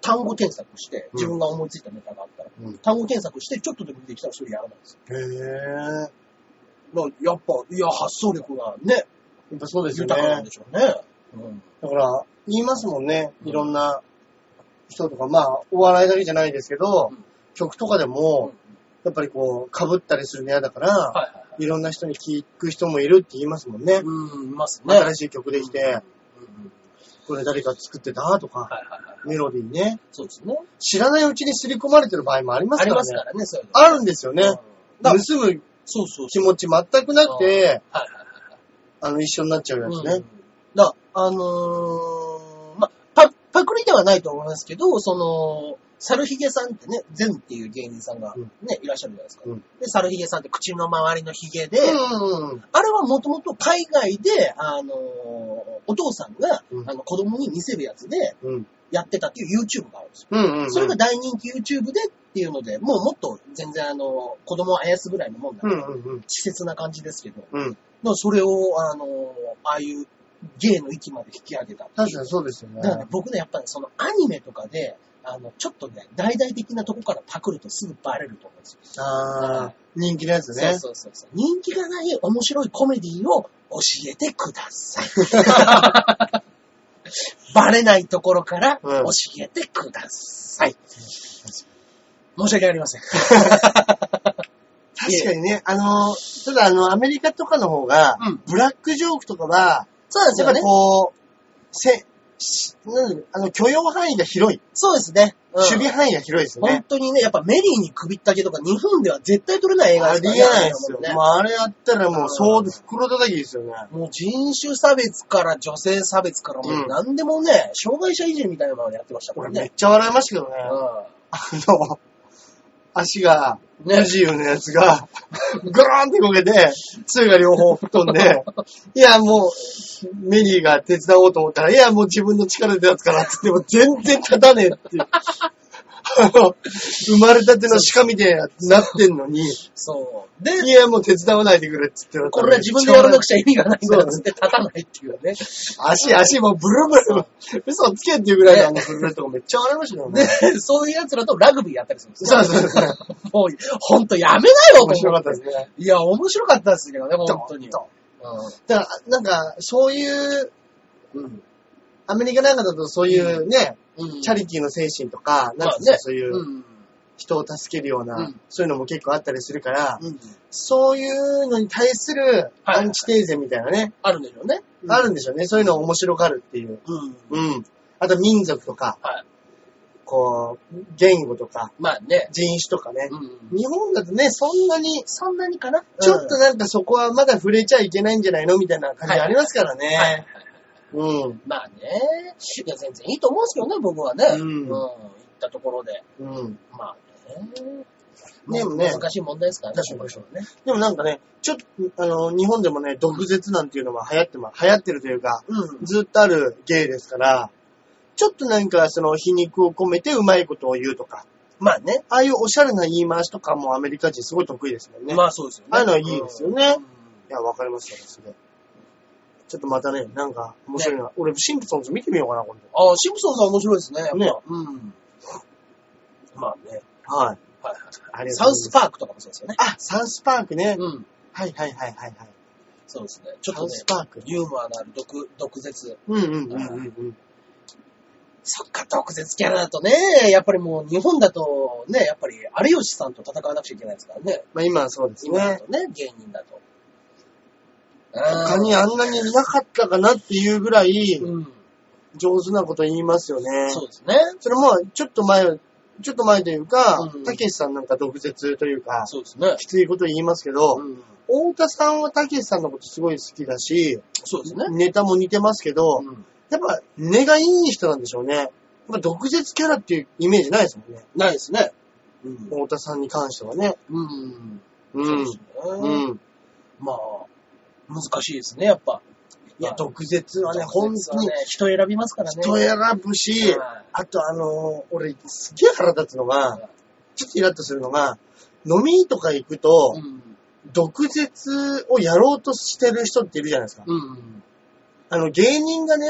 Speaker 1: 単語検索して、
Speaker 2: うん
Speaker 1: 自分が思いついたネタがあったら、
Speaker 2: うん
Speaker 1: 単語検索して、ちょっとでもできたらそれやらないです。
Speaker 2: へー。
Speaker 1: だからやっぱ、いや、発想力がね、
Speaker 2: やっぱそうですよ
Speaker 1: 豊かなん
Speaker 2: ね。
Speaker 1: でしょうね。うん。
Speaker 2: だから、言いますもんね。いろんな人とか、まあ、お笑いだけじゃないですけど
Speaker 1: うん、
Speaker 2: 曲とかで
Speaker 1: うん
Speaker 2: も、やっぱりこう、被ったりするの嫌だから、
Speaker 1: はいはいはい。
Speaker 2: いろんな人に聞く人もいるって言いますもんね。
Speaker 1: うん、いますね。
Speaker 2: 新しい曲できて、
Speaker 1: うんうん
Speaker 2: これ誰か作ってたとか、
Speaker 1: はいはいはい。
Speaker 2: メロディーね。
Speaker 1: そうですね。
Speaker 2: 知らないうちに刷り込まれてる場合もあります
Speaker 1: あり
Speaker 2: か
Speaker 1: ま
Speaker 2: ら
Speaker 1: す
Speaker 2: ね。
Speaker 1: からね、そういうの。
Speaker 2: あるんですよね
Speaker 1: うん。だから
Speaker 2: 盗む
Speaker 1: そうそう
Speaker 2: 気
Speaker 1: そう。
Speaker 2: 持ち全くなくて、
Speaker 1: はい
Speaker 2: あの、一緒になっちゃうやつ
Speaker 1: うん
Speaker 2: ね。
Speaker 1: だあのーまあ、パ、パクリではないと思いますけど、その、サルヒゲさんってね、ゼンっていう芸人さんが
Speaker 2: う
Speaker 1: ね
Speaker 2: ん、
Speaker 1: いらっしゃるじゃないですか。
Speaker 2: うん
Speaker 1: で、サルヒゲさんって口の周りのヒゲで、
Speaker 2: うん。うん。
Speaker 1: あれはもともと海外で、あのーお父さんが、
Speaker 2: うん
Speaker 1: あの、子供に見せるやつで
Speaker 2: うん。
Speaker 1: やってたっていう YouTube があるんですよ。
Speaker 2: うん。うん。
Speaker 1: それが大人気 YouTube でっていうので、もうもっと全然あの、子供をあやすぐらいのもんだ、
Speaker 2: うん。うん。うん。
Speaker 1: 稚拙な感じですけど、
Speaker 2: うん。
Speaker 1: まあそれを、あの、ああいう芸の域まで引き上げたっていう
Speaker 2: 確かにそうですよね
Speaker 1: だ。からね、僕ね、やっぱりそのアニメとかで、あの、ちょっとね、大々的なとこからパクるとすぐバレると思うんですよ。
Speaker 2: ああ、人気のやつ
Speaker 1: そう
Speaker 2: ね。
Speaker 1: そうそうそう。人気がない面白いコメディを教えてください。 (laughs) バレないところから
Speaker 2: う
Speaker 1: 教
Speaker 2: ん
Speaker 1: えてください。申し訳ありません。
Speaker 2: 確かにね、あの、ただあの、アメリカとかの方が
Speaker 1: うん、
Speaker 2: ブラックジョークとかは、
Speaker 1: そうです
Speaker 2: やっ
Speaker 1: よ
Speaker 2: ぱ
Speaker 1: ね
Speaker 2: り。こう、せ、しなんだろうあの、許容範囲が広い。
Speaker 1: そうですね。うん
Speaker 2: 守備範囲が広いですよ
Speaker 1: 本
Speaker 2: ね。
Speaker 1: 当にね、やっぱメリーに首ったけとか日本では絶対撮れない映画
Speaker 2: あ
Speaker 1: です
Speaker 2: りえ
Speaker 1: から
Speaker 2: ないですよ。
Speaker 1: ね
Speaker 2: もうあれやったらもう、そう、袋叩きですよね。
Speaker 1: もう人種差別から女性差別からもううん何でもね、障害者いじめみたいなのをやってましたから
Speaker 2: 俺めっ
Speaker 1: ね。
Speaker 2: ちゃ笑いましたけどね。あの、足が、
Speaker 1: うん
Speaker 2: 不
Speaker 1: ね。
Speaker 2: 自由なやつが、ぐらーんってこけて、杖が両方吹っ飛んで、いや、もう、メリーが手伝おうと思ったら、いや、もう自分の力でやつからって言っても全然立たねえっていう。あの、生まれたての鹿みたいになってんのに、い
Speaker 1: そう。で、
Speaker 2: や、もう手伝わないでくれって言って
Speaker 1: これは自分でやらなくちゃ意味がないんだ
Speaker 2: そう
Speaker 1: っつって立たないっていうね。
Speaker 2: 足、足もうブルブル、嘘つけっていうぐらいのあのブルブルとかめっちゃ笑いましたよね。
Speaker 1: で、そういう奴らとラグビーやったりするんです
Speaker 2: そうそうそう。
Speaker 1: (laughs) もう、ほんとやめなよ、。
Speaker 2: 面白かったですすね。
Speaker 1: いや、面白かったですけどね、本当に。
Speaker 2: ドン
Speaker 1: うん
Speaker 2: だから、なんか、そういう、
Speaker 1: うん
Speaker 2: アメリカなんかだとそういうね、
Speaker 1: うん
Speaker 2: チャリティーの精神とか、なん
Speaker 1: ま
Speaker 2: か
Speaker 1: あね、
Speaker 2: そういう
Speaker 1: うん
Speaker 2: 人を助けるような、
Speaker 1: うん
Speaker 2: そういうのも結構あったりするから、
Speaker 1: うん
Speaker 2: そういうのに対する
Speaker 1: は
Speaker 2: ア
Speaker 1: い
Speaker 2: ンチテーゼみたいなね、
Speaker 1: あるんでしょうね。
Speaker 2: あるんでしょうね。そういうのを面白がるっていう。
Speaker 1: うん。
Speaker 2: うん。あと民族とか、
Speaker 1: はい
Speaker 2: こう、言語とか、
Speaker 1: まあね。
Speaker 2: 人種とかね。
Speaker 1: うん
Speaker 2: 日本だとね、そんなに、
Speaker 1: そんなにかな
Speaker 2: ちょっとなんかそこはまだ触れちゃいけないんじゃないのみたいな感じありますから
Speaker 1: うんはい
Speaker 2: ね。うん。
Speaker 1: まあね。いや、全然いいと思うんですけどね、僕はね。
Speaker 2: うん
Speaker 1: 行ったところで。
Speaker 2: うん。
Speaker 1: まあね。
Speaker 2: でもね
Speaker 1: 難しい問題ですからね。
Speaker 2: 確かに
Speaker 1: この人はね。
Speaker 2: でもなんかね、ちょっと、あの、日本でもね、毒舌なんていうのは流行ってま、流行ってるというか、
Speaker 1: うん。
Speaker 2: ずっとある芸ですから、ちょっとなんかその皮肉を込めてうまいことを言うとか、
Speaker 1: まあね。
Speaker 2: ああいうおしゃれな言い回しとかもアメリカ人すごい得意ですもんね。
Speaker 1: まあそうですよね。
Speaker 2: ああいうのはいいですよね
Speaker 1: うん
Speaker 2: いや、わかりますよ、それ。ちょっとまたね、なんか面白いな。俺、シンプソンズ見てみようかな、今
Speaker 1: ああ、シンプソンさん面白いですね。
Speaker 2: 度。ね。
Speaker 1: うん。まあね。
Speaker 2: はい。
Speaker 1: はい
Speaker 2: あ
Speaker 1: は
Speaker 2: りが
Speaker 1: い。サ
Speaker 2: とうございま
Speaker 1: ウ
Speaker 2: す
Speaker 1: スパークとかもそうですよね。
Speaker 2: あ、サウスパークね。
Speaker 1: うん。
Speaker 2: はいはいはいはいはい。
Speaker 1: そうですね。ちょっ
Speaker 2: サ
Speaker 1: と
Speaker 2: ウ
Speaker 1: ね
Speaker 2: ス、パーク。
Speaker 1: ユーモアのある毒、毒舌。
Speaker 2: うんうんうんうんうん。
Speaker 1: そっか、毒舌キャラだとね、やっぱりもう日本だとね、やっぱり有吉さんと戦わなくちゃいけないですからね。
Speaker 2: まあ今はそうです
Speaker 1: 今だ
Speaker 2: ね。
Speaker 1: とね、芸人だと。
Speaker 2: 他にあんなにいなかったかなっていうぐらい
Speaker 1: うんうん。
Speaker 2: 上手なこと言いますよね。
Speaker 1: そうですね。
Speaker 2: それも、ちょっと前、ちょっと前というか
Speaker 1: うん、
Speaker 2: たけしさんなんか毒舌というか、
Speaker 1: そうですね。
Speaker 2: きついこと言いますけど、
Speaker 1: うん。
Speaker 2: 太田さんはたけしさんのことすごい好きだし、
Speaker 1: そうですね。
Speaker 2: ネタも似てますけど、
Speaker 1: うん
Speaker 2: やっぱ根がいい人なんでしょうね。やっぱ毒舌キャラっていうイメージないですもんね。
Speaker 1: ないですね。うん。
Speaker 2: 太田さんに関してはね。
Speaker 1: うん。
Speaker 2: う
Speaker 1: そうんで。すね。
Speaker 2: うん。
Speaker 1: まあ、難しいですね、やっぱ。
Speaker 2: いや、
Speaker 1: 毒
Speaker 2: 毒舌はね、本当に
Speaker 1: ね、人選びますからね。
Speaker 2: 人選ぶし、
Speaker 1: はい
Speaker 2: あとあのー俺すげえ腹立つのが、ちょっとイラッとするのが、飲みとか行くと
Speaker 1: う、ん。
Speaker 2: 毒舌をやろうとしてる人っているじゃないですか。
Speaker 1: うん。
Speaker 2: あの芸人がね、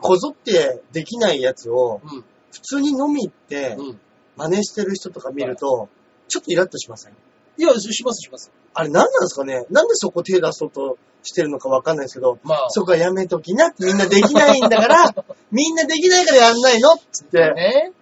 Speaker 2: こぞってできないやつを、
Speaker 1: うん。
Speaker 2: 普通に飲み行って、
Speaker 1: うん。
Speaker 2: 真似してる人とか見ると、ちょっとイラッとしません
Speaker 1: いや、します、します。
Speaker 2: あれ何なんですかねなんでそこ手出そうとしてるのかわかんないですけど、
Speaker 1: まあ、
Speaker 2: そこはやめときなってみんなできないんだ
Speaker 1: (laughs)
Speaker 2: から、みんなできないからやんないのっつって。
Speaker 1: ね。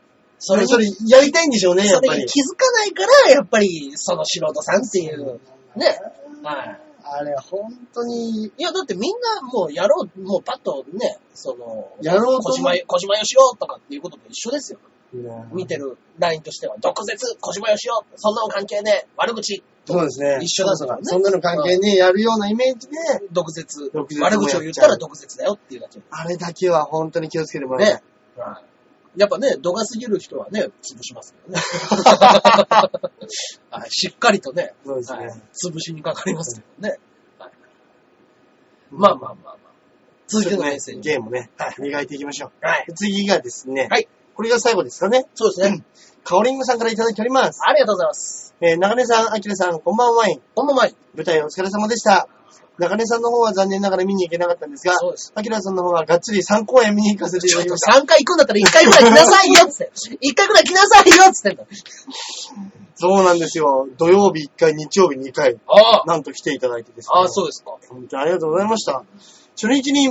Speaker 2: そ
Speaker 1: それ
Speaker 2: れ、
Speaker 1: に、そ
Speaker 2: そ
Speaker 1: れ
Speaker 2: れ
Speaker 1: に
Speaker 2: やりたいんでしょうね、やっぱり。
Speaker 1: 気づかないから、やっぱり、その素人さんっていう。ね。はい。
Speaker 2: あれ、本当に、
Speaker 1: いや、だってみんなもうやろう、もうパッとね、その、
Speaker 2: やろうと
Speaker 1: 小
Speaker 2: 思
Speaker 1: 島
Speaker 2: う
Speaker 1: よ、小島よしおとかっていうことと一緒ですよ。見
Speaker 2: 見
Speaker 1: てるラインとしては、毒舌、小島よしお、そんなの関係ねえ、悪口、
Speaker 2: そうですね。
Speaker 1: 一緒だからね
Speaker 2: そんなの関係ねえ、やるようなイメージで、
Speaker 1: 毒舌、
Speaker 2: 毒舌もやっちゃ
Speaker 1: 悪
Speaker 2: う
Speaker 1: 口を言ったら毒舌だよっていうだけ。
Speaker 2: あれだけは本当に気をつけてもらいたい
Speaker 1: ね。。はい。やっぱね、度が過ぎる人はね、潰します
Speaker 2: (laughs)
Speaker 1: よね。はい、しっかりとね、
Speaker 2: そうですね
Speaker 1: はい潰しにかかりますけどね。はい、まあまあまあまあ。続いてのメッセージ。
Speaker 2: ゲームね
Speaker 1: はい、
Speaker 2: 磨いていきましょ
Speaker 1: はい。
Speaker 2: う。次がですね、
Speaker 1: はい。
Speaker 2: これが最後ですかね。
Speaker 1: そうですね。
Speaker 2: カオリングさんからいただいております。
Speaker 1: ありがとうございます。
Speaker 2: えー中根さん、あきらさん、こんばんは。
Speaker 1: この前に。
Speaker 2: 舞台お疲れ様でした。中根さんの方は残念ながら見に行けなかったんですが
Speaker 1: そうです、
Speaker 2: あきらさんの方はがっつり3公演見に行かせてい
Speaker 1: ち
Speaker 2: た
Speaker 1: ょ
Speaker 2: だ
Speaker 1: っ
Speaker 2: き
Speaker 1: と
Speaker 2: ました。
Speaker 1: 3回行くんだったら1回ぐらい来なさいよっつって。1回ぐ
Speaker 2: (laughs)
Speaker 1: らい来なさいよっつってんだ。
Speaker 2: そうなんですよ。土曜日1回、日曜日2回、
Speaker 1: ああ。
Speaker 2: なんと来ていただいてですね。
Speaker 1: ああ、そうですか。
Speaker 2: 本当にありがとうございました。初日に、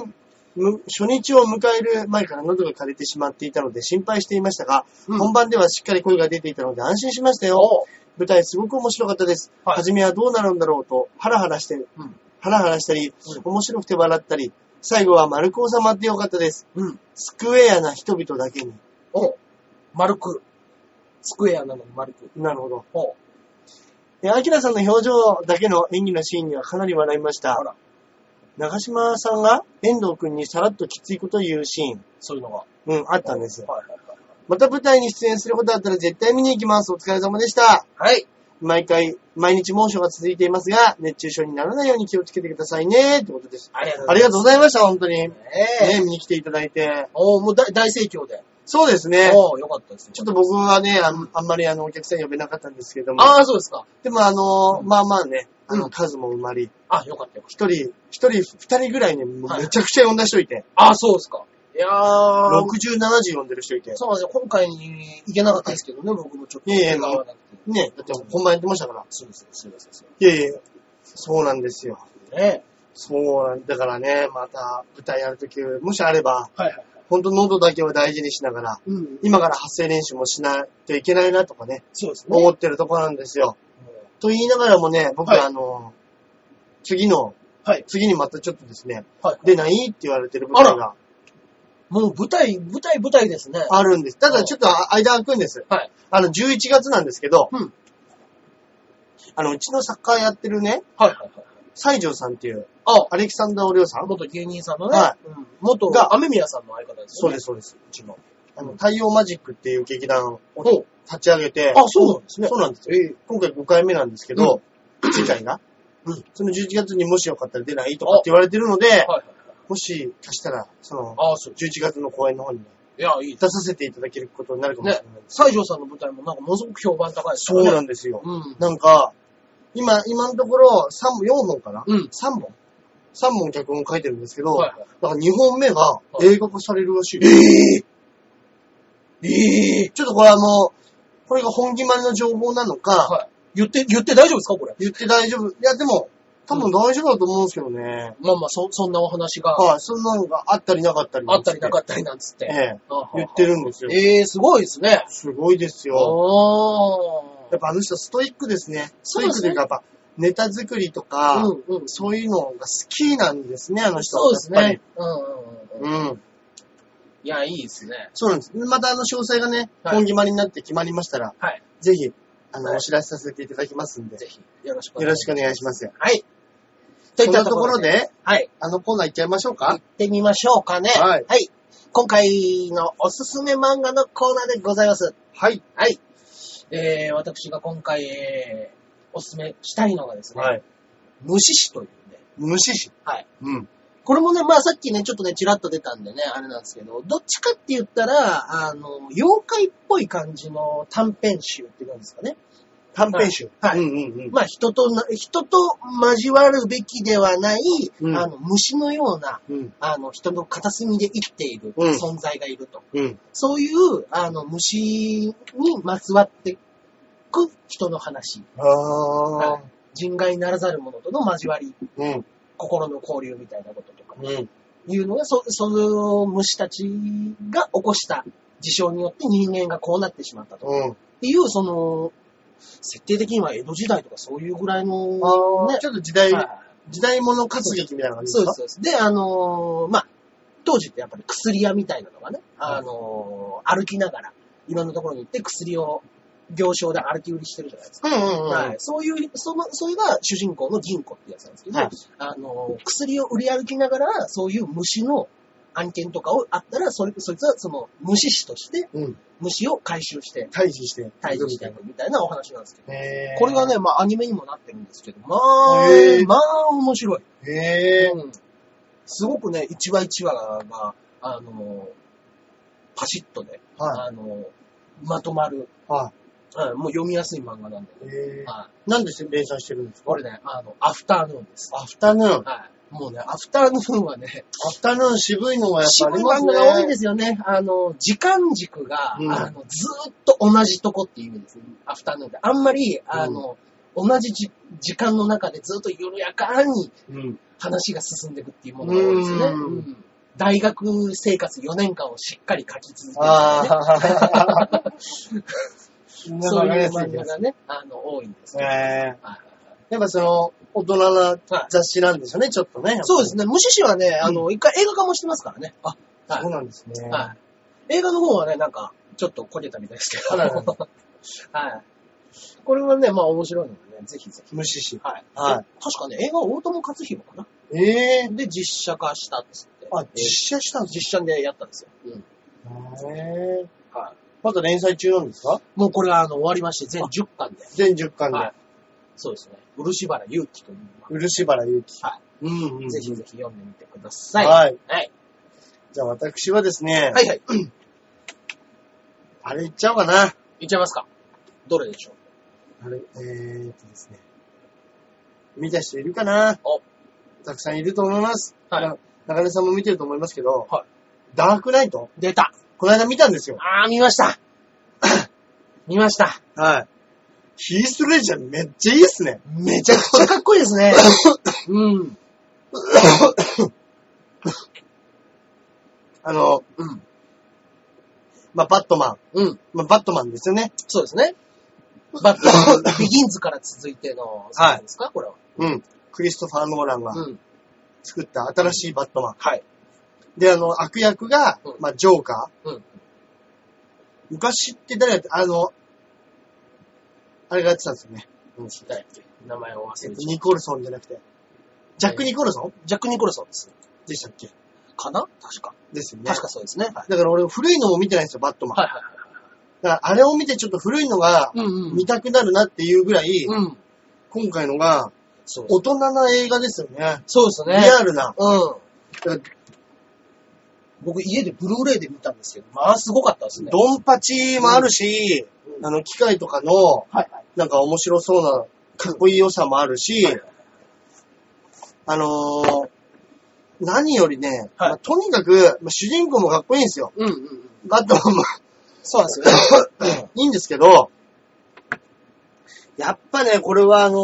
Speaker 2: む初日を迎える前から喉が枯れてしまっていたので心配していましたが、
Speaker 1: うん
Speaker 2: 本番ではしっかり声が出ていたので安心しましたよ。
Speaker 1: おう
Speaker 2: 舞台すごく面白かったです。
Speaker 1: はい
Speaker 2: 初めはどうなるんだろうと、ハラハラして、
Speaker 1: うん
Speaker 2: ハラハラしたり、面白くて笑ったり、最後は丸く収まってよかったです。
Speaker 1: うん。
Speaker 2: スクエアな人々だけに。
Speaker 1: おう丸く。スクエアなのに丸く。
Speaker 2: なるほど。
Speaker 1: おう
Speaker 2: え、アキラさんの表情だけの演技のシーンにはかなり笑いまし
Speaker 1: あ
Speaker 2: た。
Speaker 1: ら、
Speaker 2: 長島さんが遠藤くんにさらっときついことを言うシーン。
Speaker 1: そういうのが。
Speaker 2: うん、あったんです。
Speaker 1: はいはいはい。
Speaker 2: また舞台に出演することあったら絶対見に行きます。お疲れ様でした。
Speaker 1: はい。
Speaker 2: 毎回、毎日猛暑が続いていますが、熱中症にならないように気をつけてくださいね、ってことです。
Speaker 1: ありがとうご
Speaker 2: あ
Speaker 1: ざ
Speaker 2: りが
Speaker 1: います。
Speaker 2: とうございました、本当に。ね、
Speaker 1: ええ
Speaker 2: 見に来ていただいて。
Speaker 1: おーもう大大盛況で。
Speaker 2: そうですね。
Speaker 1: おーよかったですね。
Speaker 2: ちょっと僕はね、あんあんまりあの、お客さん呼べなかったんですけども。
Speaker 1: ああ、そうですか。
Speaker 2: でもあの、まあまあね、あ
Speaker 1: う
Speaker 2: の、
Speaker 1: ん
Speaker 2: 数も埋まり、
Speaker 1: あよかったよかっ
Speaker 2: 一人、一人、二人ぐらいね、もうめちゃくちゃ呼んだ人いて、
Speaker 1: た。ああ、そうですか。いやー、
Speaker 2: 60、70呼んでる人いて、
Speaker 1: そうなんですよ。今回に行けなかったですけどね、僕もちょっと。
Speaker 2: いえいえ
Speaker 1: 手が合わなくて。
Speaker 2: ね、だって本番やってましたから。
Speaker 1: そうですよ、そうですよ、そうで
Speaker 2: いえいえ、そうなんですよ。
Speaker 1: すよね。
Speaker 2: そうなんだからね、また舞台やるとき、もしあれば、
Speaker 1: はいはいはい。
Speaker 2: ほんと喉だけは大事にしながら、
Speaker 1: うん。
Speaker 2: 今から発声練習もしないといけないなとかね、
Speaker 1: そうですね。
Speaker 2: 思ってるとこなんですよ。
Speaker 1: もう
Speaker 2: と言いながらもね、僕、
Speaker 1: はい
Speaker 2: あの、次の、
Speaker 1: はい。
Speaker 2: 次にまたちょっとですね、
Speaker 1: はい。
Speaker 2: 出ないって言われてる舞台が
Speaker 1: もう舞台、舞台、舞台ですね。
Speaker 2: あるんです。ただちょっとあ間空くんです。
Speaker 1: はい。
Speaker 2: あの、11月なんですけど、
Speaker 1: うん
Speaker 2: あの、うちのサッカーやってるね、
Speaker 1: はいはいはい。
Speaker 2: 西条さんっていう、
Speaker 1: ああ
Speaker 2: アレキサンダー・オレオさん
Speaker 1: 元芸人さんのね、
Speaker 2: は
Speaker 1: うん、元
Speaker 2: が
Speaker 1: が雨宮さんの相方です
Speaker 2: そ
Speaker 1: よ
Speaker 2: う
Speaker 1: ね。
Speaker 2: です、そうです。
Speaker 1: うちの。
Speaker 2: あの、太陽マジックっていう劇団を
Speaker 1: おう
Speaker 2: 立ち上げて、
Speaker 1: あ、そうなんですね。
Speaker 2: そうなんですよ。今回5回目なんですけど、次回が、
Speaker 1: うん
Speaker 2: その11月にもしよかったら出ないとかって言われてるので、
Speaker 1: はいはいはい。
Speaker 2: もしかしたら、その、
Speaker 1: ああ、そう。
Speaker 2: 11月の公演の方にね
Speaker 1: いや、いいで
Speaker 2: 出させていただけることになるか
Speaker 1: す
Speaker 2: もし
Speaker 1: ね
Speaker 2: れない。。
Speaker 1: 西条さんの舞台もなんかものすごく評判高いです
Speaker 2: そ
Speaker 1: か
Speaker 2: う
Speaker 1: らね。
Speaker 2: なんですよ。
Speaker 1: うん。
Speaker 2: なんか、今、今のところ、三本、4本かな
Speaker 1: うん。
Speaker 2: ?3 本 ?3 本脚本書いてるんですけど、
Speaker 1: はい
Speaker 2: なんか2本目が
Speaker 1: い
Speaker 2: 映画化されるらしい。ええええちょっとこれあの、これが本気まりの情報なのか、
Speaker 1: はい。言って、言って大丈夫ですかこれ。
Speaker 2: 言って大丈夫。いや、でも、多分大丈夫だと思うんですけどね。
Speaker 1: まあまあ、そ、そんなお話が
Speaker 2: はい、そんなのがあったりなかったり
Speaker 1: あったりなか
Speaker 2: っ
Speaker 1: ったりなんつって。
Speaker 2: ええ
Speaker 1: あはは
Speaker 2: 言ってるんですよ。
Speaker 1: ええすごいですね。
Speaker 2: すごいですよ。
Speaker 1: お
Speaker 2: やっぱあの人ストイックですね。スト
Speaker 1: そう
Speaker 2: イッ
Speaker 1: で
Speaker 2: ク
Speaker 1: す
Speaker 2: と
Speaker 1: ね
Speaker 2: いうか、やっぱネタ作りとか、
Speaker 1: うんうん。
Speaker 2: そういうのが好きなんですね、あの人
Speaker 1: そう
Speaker 2: は。
Speaker 1: ですね。うんうん
Speaker 2: やっ
Speaker 1: う
Speaker 2: ぱり。
Speaker 1: ん。
Speaker 2: うん。
Speaker 1: いや、いいですね。
Speaker 2: そうなんです。またあの詳細がね、
Speaker 1: はい
Speaker 2: 本決まりになって決まりましたら、
Speaker 1: はい。
Speaker 2: ぜひ、あの、
Speaker 1: はい
Speaker 2: お知らせさせていただきますんで、
Speaker 1: ぜひ、よろしく
Speaker 2: よろしくお願いします。
Speaker 1: はい。と
Speaker 2: と
Speaker 1: い
Speaker 2: い
Speaker 1: っ
Speaker 2: ったた
Speaker 1: と
Speaker 2: と
Speaker 1: こ
Speaker 2: こ
Speaker 1: ろ
Speaker 2: ろ
Speaker 1: で、
Speaker 2: で、
Speaker 1: はい。
Speaker 2: あのコーナー行っちゃいましょう
Speaker 1: 行
Speaker 2: か
Speaker 1: っ。てみましょうかね。
Speaker 2: はい
Speaker 1: 今回のおすすめ漫画のコーナーでございます。
Speaker 2: はい。
Speaker 1: はい。えー、私が今回、えー、おすすめしたいのがですね、
Speaker 2: はい。
Speaker 1: 虫師というね、
Speaker 2: 虫師。
Speaker 1: はい。
Speaker 2: うん。
Speaker 1: これもね、まあさっきね、ちょっとね、チラッと出たんでね、あれなんですけど、どっちかって言ったら、あの、妖怪っぽい感じの短編集って感じですかね。
Speaker 2: 短編集。
Speaker 1: はい
Speaker 2: うんうんうん。
Speaker 1: まあ人とな、人と交わるべきではない、
Speaker 2: うん
Speaker 1: あの、虫のような、
Speaker 2: うん。
Speaker 1: あの、人の片隅で生きている
Speaker 2: うん
Speaker 1: 存在がいると。
Speaker 2: うん。
Speaker 1: そういう、あの、虫にまつわってく人の話。
Speaker 2: ああ。
Speaker 1: 人外ならざる者との交わり、
Speaker 2: うん。
Speaker 1: 心の交流みたいなこととか、
Speaker 2: うん。
Speaker 1: いうのが、そその虫たちが起こした事象によって人間がこうなってしまったと。っ
Speaker 2: うん。
Speaker 1: ていう、その、設定的には江戸時代とかそういうぐらいの、
Speaker 2: ああ。
Speaker 1: ね
Speaker 2: ちょっと時代、
Speaker 1: はい
Speaker 2: 時代物活劇みたいな感じ
Speaker 1: そう
Speaker 2: です
Speaker 1: で
Speaker 2: か
Speaker 1: す、そうです。で、あのーまあ、当時ってやっぱり薬屋みたいなのがね、あのー歩きながら、いろんなところに行って薬を、行商で歩き売りしてるじゃないですか。
Speaker 2: うんうんうん。
Speaker 1: はい。そういう、その、それが主人公の銀子ってやつなんですけど、
Speaker 2: はい
Speaker 1: あのー薬を売り歩きながら、そういう虫の案件とかをあったら、それ、そいつはその虫師として、
Speaker 2: うん。
Speaker 1: 虫を回収して、
Speaker 2: 退治して。
Speaker 1: 退治していくみたいなお話なんですけど、
Speaker 2: へー
Speaker 1: これがね、、まあアニメにもなってるんですけど、まあ
Speaker 2: へ、ー
Speaker 1: まあ面白い。
Speaker 2: へぇ
Speaker 1: うんすごくね、一話一話が、まあ、あの、パシッとね、
Speaker 2: ー。は
Speaker 1: あの、まとまる、
Speaker 2: い。は
Speaker 1: うんもう読みやすい漫画なんで
Speaker 2: い。
Speaker 1: ね。
Speaker 2: へぇ
Speaker 1: はい
Speaker 2: なんで連載してるんですか
Speaker 1: これね、あの、アフターヌーンです。
Speaker 2: アフタヌーン。
Speaker 1: はい。もうね、アフターヌーンはね、
Speaker 2: アフタヌーン渋いのがやっぱ
Speaker 1: 渋
Speaker 2: あり
Speaker 1: い
Speaker 2: ま
Speaker 1: 漫
Speaker 2: す
Speaker 1: 画
Speaker 2: ね。
Speaker 1: が多いんですよね。あの、時間軸が、
Speaker 2: うん
Speaker 1: あのずーっと同じとこっていう意味です、アフターヌーンで。あんまり、あの、同じじ時間の中でずっと緩やかに
Speaker 2: うん。
Speaker 1: 話が進んでいくっていうものが多いですね。
Speaker 2: うん
Speaker 1: うん大学生活4年間をしっかり書き続ける、
Speaker 2: あ
Speaker 1: ね。
Speaker 2: あ。
Speaker 1: (laughs) そういう
Speaker 2: わか
Speaker 1: 漫
Speaker 2: りや
Speaker 1: 画
Speaker 2: す
Speaker 1: がね、あの、多いんです
Speaker 2: いですね
Speaker 1: ね。
Speaker 2: へ
Speaker 1: はい
Speaker 2: ーやっぱその、大人な雑誌なんですよね、ちょっとね。
Speaker 1: そうです
Speaker 2: ね。
Speaker 1: ね。無視しはね、あの、一回映画化もしてますからね。あ、はい
Speaker 2: そうなんですね。
Speaker 1: はい。映画の方はね、なんか、ちょっと焦げたみたいですけど。
Speaker 2: あらら
Speaker 1: はい。これはね、まあ面白いのでね、ぜひぜひ。
Speaker 2: 無視し。
Speaker 1: はい。
Speaker 2: はい
Speaker 1: で確かね、映画は大友克弘かな。
Speaker 2: ええ
Speaker 1: で、実写化したっつって。
Speaker 2: あ、
Speaker 1: 実
Speaker 2: 実写したんです
Speaker 1: 実写でやったんですよ。うん。
Speaker 2: ね。へー
Speaker 1: はい。
Speaker 2: まだ連載中なんですか
Speaker 1: もうこれはあの終わりまして、全10巻で。
Speaker 2: 全10巻で。
Speaker 1: はい。そうですね。漆原祐樹という漫
Speaker 2: 漆原祐希。
Speaker 1: 画。は
Speaker 2: うんう
Speaker 1: い。
Speaker 2: ん。
Speaker 1: ぜひぜひ読んでみてください。い。
Speaker 2: はい。
Speaker 1: はい。
Speaker 2: じゃあ私はですね、
Speaker 1: はい (clears throat) はい。
Speaker 2: あれいっちゃおうかな。
Speaker 1: いっちゃいますか。どれでしょう
Speaker 2: あれ、えーっとですね。見た人いるかな
Speaker 1: お
Speaker 2: たくさんいると思います。
Speaker 1: はい
Speaker 2: な。中根さんも見てると思いますけど、
Speaker 1: は
Speaker 2: ダークナイト
Speaker 1: 出た。
Speaker 2: この間見たんですよ。
Speaker 1: あー、見ました。 (clears throat) 見ました。
Speaker 2: はい。ヒーストレジャーめっちゃいいっすね。
Speaker 1: めちゃくちゃかっこいいですね。うん。
Speaker 2: あの、
Speaker 1: うん。
Speaker 2: まあ、バットマン。
Speaker 1: うん。
Speaker 2: まあ、バットマンですよね。
Speaker 1: そうですね。バット (coughs) マン、ビギンズから続いての作品ですか、これは。
Speaker 2: うん。クリストファー・ノーランが
Speaker 1: うん。
Speaker 2: 作った新しいバットマン。
Speaker 1: はい。
Speaker 2: で、あの、悪役が
Speaker 1: う、ん
Speaker 2: まあ、ジョーカー。
Speaker 1: うん
Speaker 2: 昔って誰やって、あの、あれがやってたんですよね。
Speaker 1: うん。誰だっけ名前を忘
Speaker 2: えっ
Speaker 1: れ
Speaker 2: と
Speaker 1: て。
Speaker 2: ニコルソンじゃなくて。ジャック・ニコルソン
Speaker 1: ジャック・ニコルソンです。
Speaker 2: でしたっけ
Speaker 1: かな確か。
Speaker 2: ですよね。
Speaker 1: 確かそうですね。はい。
Speaker 2: だから俺古いのも見てないんですよ、バットマン。
Speaker 1: はいはい
Speaker 2: だからあれを見てちょっと古いのが
Speaker 1: はい。うん
Speaker 2: 見たくなるなっていうぐらい、
Speaker 1: うん。
Speaker 2: 今回のが
Speaker 1: そうです
Speaker 2: 大人な映画ですよね。
Speaker 1: そうです
Speaker 2: リ
Speaker 1: ね。
Speaker 2: アルな。
Speaker 1: うん。
Speaker 2: だから
Speaker 1: 僕家でブルーレイで見たんですけど、まあすごかったですね。
Speaker 2: ドンパチもあるし、あの、機械とかの、
Speaker 1: はいはい。
Speaker 2: なんか面白そうな、かっこいい良さもあるし、
Speaker 1: はい
Speaker 2: あのー何よりね、
Speaker 1: はい
Speaker 2: まあとにかく、まあ主人公もかっこいいんですよ。
Speaker 1: うんうんうん。
Speaker 2: あとは、まあ、
Speaker 1: そうなんですよね。
Speaker 2: いいんですけど、やっぱね、これはあの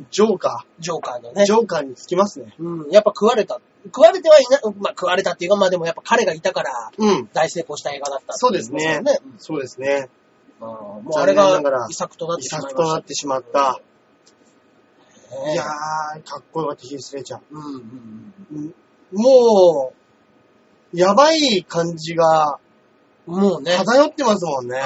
Speaker 2: ージョーカ
Speaker 1: ジョーカーの
Speaker 2: ー、
Speaker 1: ね
Speaker 2: ジ。ョーカーにつきますね。
Speaker 1: うん。やっぱ食われた。食われてはいない、まあ食われたっていうか、まあでもやっぱ彼がいたから
Speaker 2: うん。
Speaker 1: 大成功した映画だったってい
Speaker 2: そうですね
Speaker 1: ことですよね。
Speaker 2: そうですね。
Speaker 1: うんもうあれが
Speaker 2: 残念ながら
Speaker 1: 遺作となって
Speaker 2: 遺
Speaker 1: しまいま
Speaker 2: 作
Speaker 1: した
Speaker 2: と。なってしまった。い
Speaker 1: い
Speaker 2: や
Speaker 1: や
Speaker 2: ー、かっこよかった、ヒースレジャー。
Speaker 1: うんうんうん。
Speaker 2: うんもう、やばい感じが
Speaker 1: もうね。
Speaker 2: 漂ってますもんね。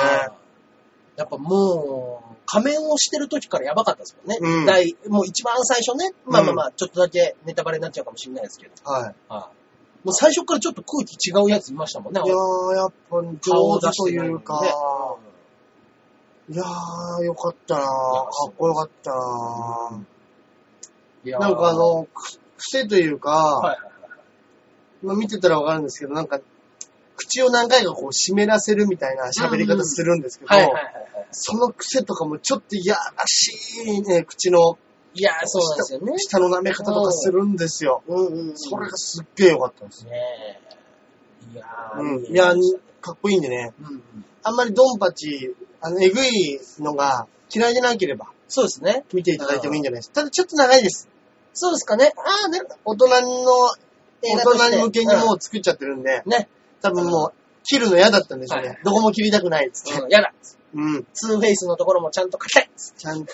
Speaker 1: やっぱもう、仮面をしてる時からやばかったですもんね。
Speaker 2: うん
Speaker 1: 第もう一番最初ね、まあまあまあ、ちょっとだけネタバレになっちゃうかもしれないですけど、
Speaker 2: はい。
Speaker 1: もう最初からちょっと空気違うやついましたもんね。
Speaker 2: いやー、やっぱ上手というか、
Speaker 1: 顔を
Speaker 2: いやー、よかったなー。かっこよかったな
Speaker 1: 出し
Speaker 2: ー。
Speaker 1: てな
Speaker 2: ないん
Speaker 1: のにね
Speaker 2: かあ、の、く癖というか、
Speaker 1: はいはいはい。
Speaker 2: まあ見てたらわかるんですけど、なんか、口を何回かこう湿らせるみたいな喋り方するんですけど、
Speaker 1: はいはいはいはい。
Speaker 2: その癖とかもちょっといやらしいね、口の
Speaker 1: いやー、そうなんですよね。
Speaker 2: 下の舐め方とかするんですよ。
Speaker 1: うんうんうん。
Speaker 2: それがすっげえ良かったです。
Speaker 1: ねえ。いや
Speaker 2: う
Speaker 1: ー、
Speaker 2: ん。いや
Speaker 1: うん、
Speaker 2: かっこいいんでね。
Speaker 1: うん。
Speaker 2: あんまりドンパチ、あの、えぐいのが嫌いでなければ
Speaker 1: そうですね。
Speaker 2: 見ていただいてもいいんじゃないですか。ただちょっと長いです。
Speaker 1: そうですかね。あーね、
Speaker 2: 大人の、
Speaker 1: 映画と
Speaker 2: 大
Speaker 1: して
Speaker 2: 人向けにもう作っちゃってるんで、
Speaker 1: ね。
Speaker 2: 多分もう切るの嫌だったんでしょうね。
Speaker 1: はい
Speaker 2: どこも切りたくないっつって。
Speaker 1: うん、やだ。
Speaker 2: うん。
Speaker 1: ツーフェイスのところもちゃんと硬い。
Speaker 2: ちゃんと、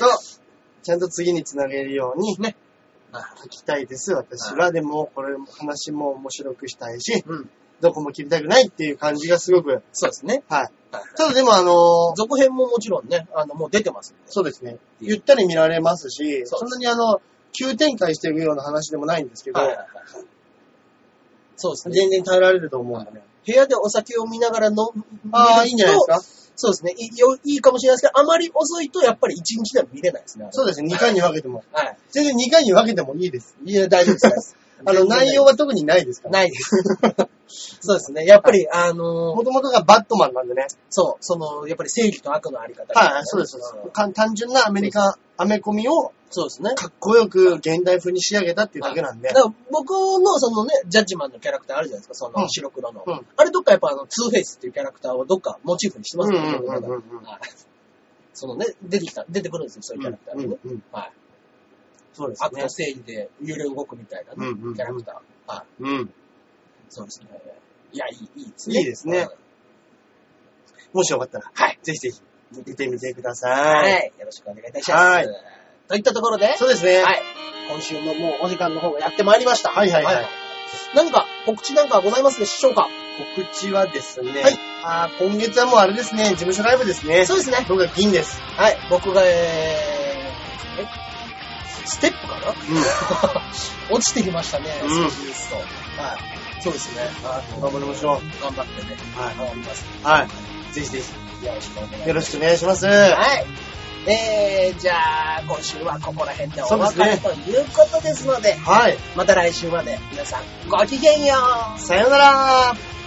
Speaker 2: ちゃんと次につなげるように
Speaker 1: ね
Speaker 2: 書きたいです、私は。でも、これ、話も面白くしたいし、
Speaker 1: うん。
Speaker 2: どこも切りたくないっていう感じがすごく、
Speaker 1: そうですね。
Speaker 2: はい。ただでも、あのー
Speaker 1: 続編ももちろんね、あの、もう出てますんで。
Speaker 2: そうですね。ゆったり見られますし、
Speaker 1: そう
Speaker 2: そんなにあの、急展開していくような話でもないんですけど、
Speaker 1: そうですね。
Speaker 2: 全然耐えられると思うんでね。
Speaker 1: 部屋でお酒を見ながら飲む。
Speaker 2: ああ、い
Speaker 1: 見ると
Speaker 2: いんじゃないですか
Speaker 1: そうですねいいよ。いいかもしれないですけど、あまり遅いとやっぱり1日では見れないですね。
Speaker 2: そうですね、2回に分けても。
Speaker 1: はい。
Speaker 2: 全然2回に分けてもいいです。
Speaker 1: いや、大丈夫です。
Speaker 2: (laughs) あの、内容は特にないですから。
Speaker 1: ないです。そうです (laughs) ね。やっぱり、あの
Speaker 2: も
Speaker 1: ー
Speaker 2: ともとがバットマンなんでね。
Speaker 1: そう、その、やっぱり正義と悪のあり方みたいなね、
Speaker 2: はい、そうです。そうですか単純なアメリカン、アメコミを
Speaker 1: そうですね。
Speaker 2: かっこよく現代風に仕上げたっていうだけなんで
Speaker 1: だ。から僕のそのね、ジャッジマンのキャラクターあるじゃないですか、そ
Speaker 2: うん
Speaker 1: の白黒の。
Speaker 2: うん
Speaker 1: あれどっかやっぱあの、ツーフェイスっていうキャラクターをどっかモチーフにしてますよね、
Speaker 2: うんうんうんうんうん
Speaker 1: 僕らがはいそのね、出てきた、出てくるんですよ、そういうキャラクターがね。
Speaker 2: うんうんうん
Speaker 1: はい。
Speaker 2: そうで
Speaker 1: 悪と正義で揺れ動くみたいなね、
Speaker 2: うんうんうん
Speaker 1: キャラクター。はい。
Speaker 2: うん。
Speaker 1: そうですね。いや、いい、いいですね。
Speaker 2: いいですね。もしよかったら、
Speaker 1: はい。
Speaker 2: ぜひぜひ、見てみてくださ。
Speaker 1: はいい。よろしくお願いいたします。
Speaker 2: はい
Speaker 1: といったところで、
Speaker 2: そうですね。
Speaker 1: はい。今週ももうお時間の方がやってまいりました。
Speaker 2: はいはいはい
Speaker 1: 何か告知なんかございますでしょうか
Speaker 2: 告知はですね、
Speaker 1: はい
Speaker 2: あー今月はもうあれですね、事務所ライブですね。
Speaker 1: そうですね。
Speaker 2: 僕が銀です。
Speaker 1: はい、僕が、えー、えステップかな (laughs) 落ちてきましたね、
Speaker 2: うん
Speaker 1: ステップですと。はい。そうですね。あの
Speaker 2: 頑張りましょう。
Speaker 1: 頑張ってね。
Speaker 2: はい
Speaker 1: 頑張ります。
Speaker 2: はい。ぜひぜひ、
Speaker 1: よろしくお願いします。
Speaker 2: よろしくお願いします。
Speaker 1: はい。えー、じゃあ、今週はここら辺でお別
Speaker 2: そうで
Speaker 1: れ
Speaker 2: す
Speaker 1: ということですので、
Speaker 2: はい。
Speaker 1: また来週まで皆さんごきげんよう
Speaker 2: さよなら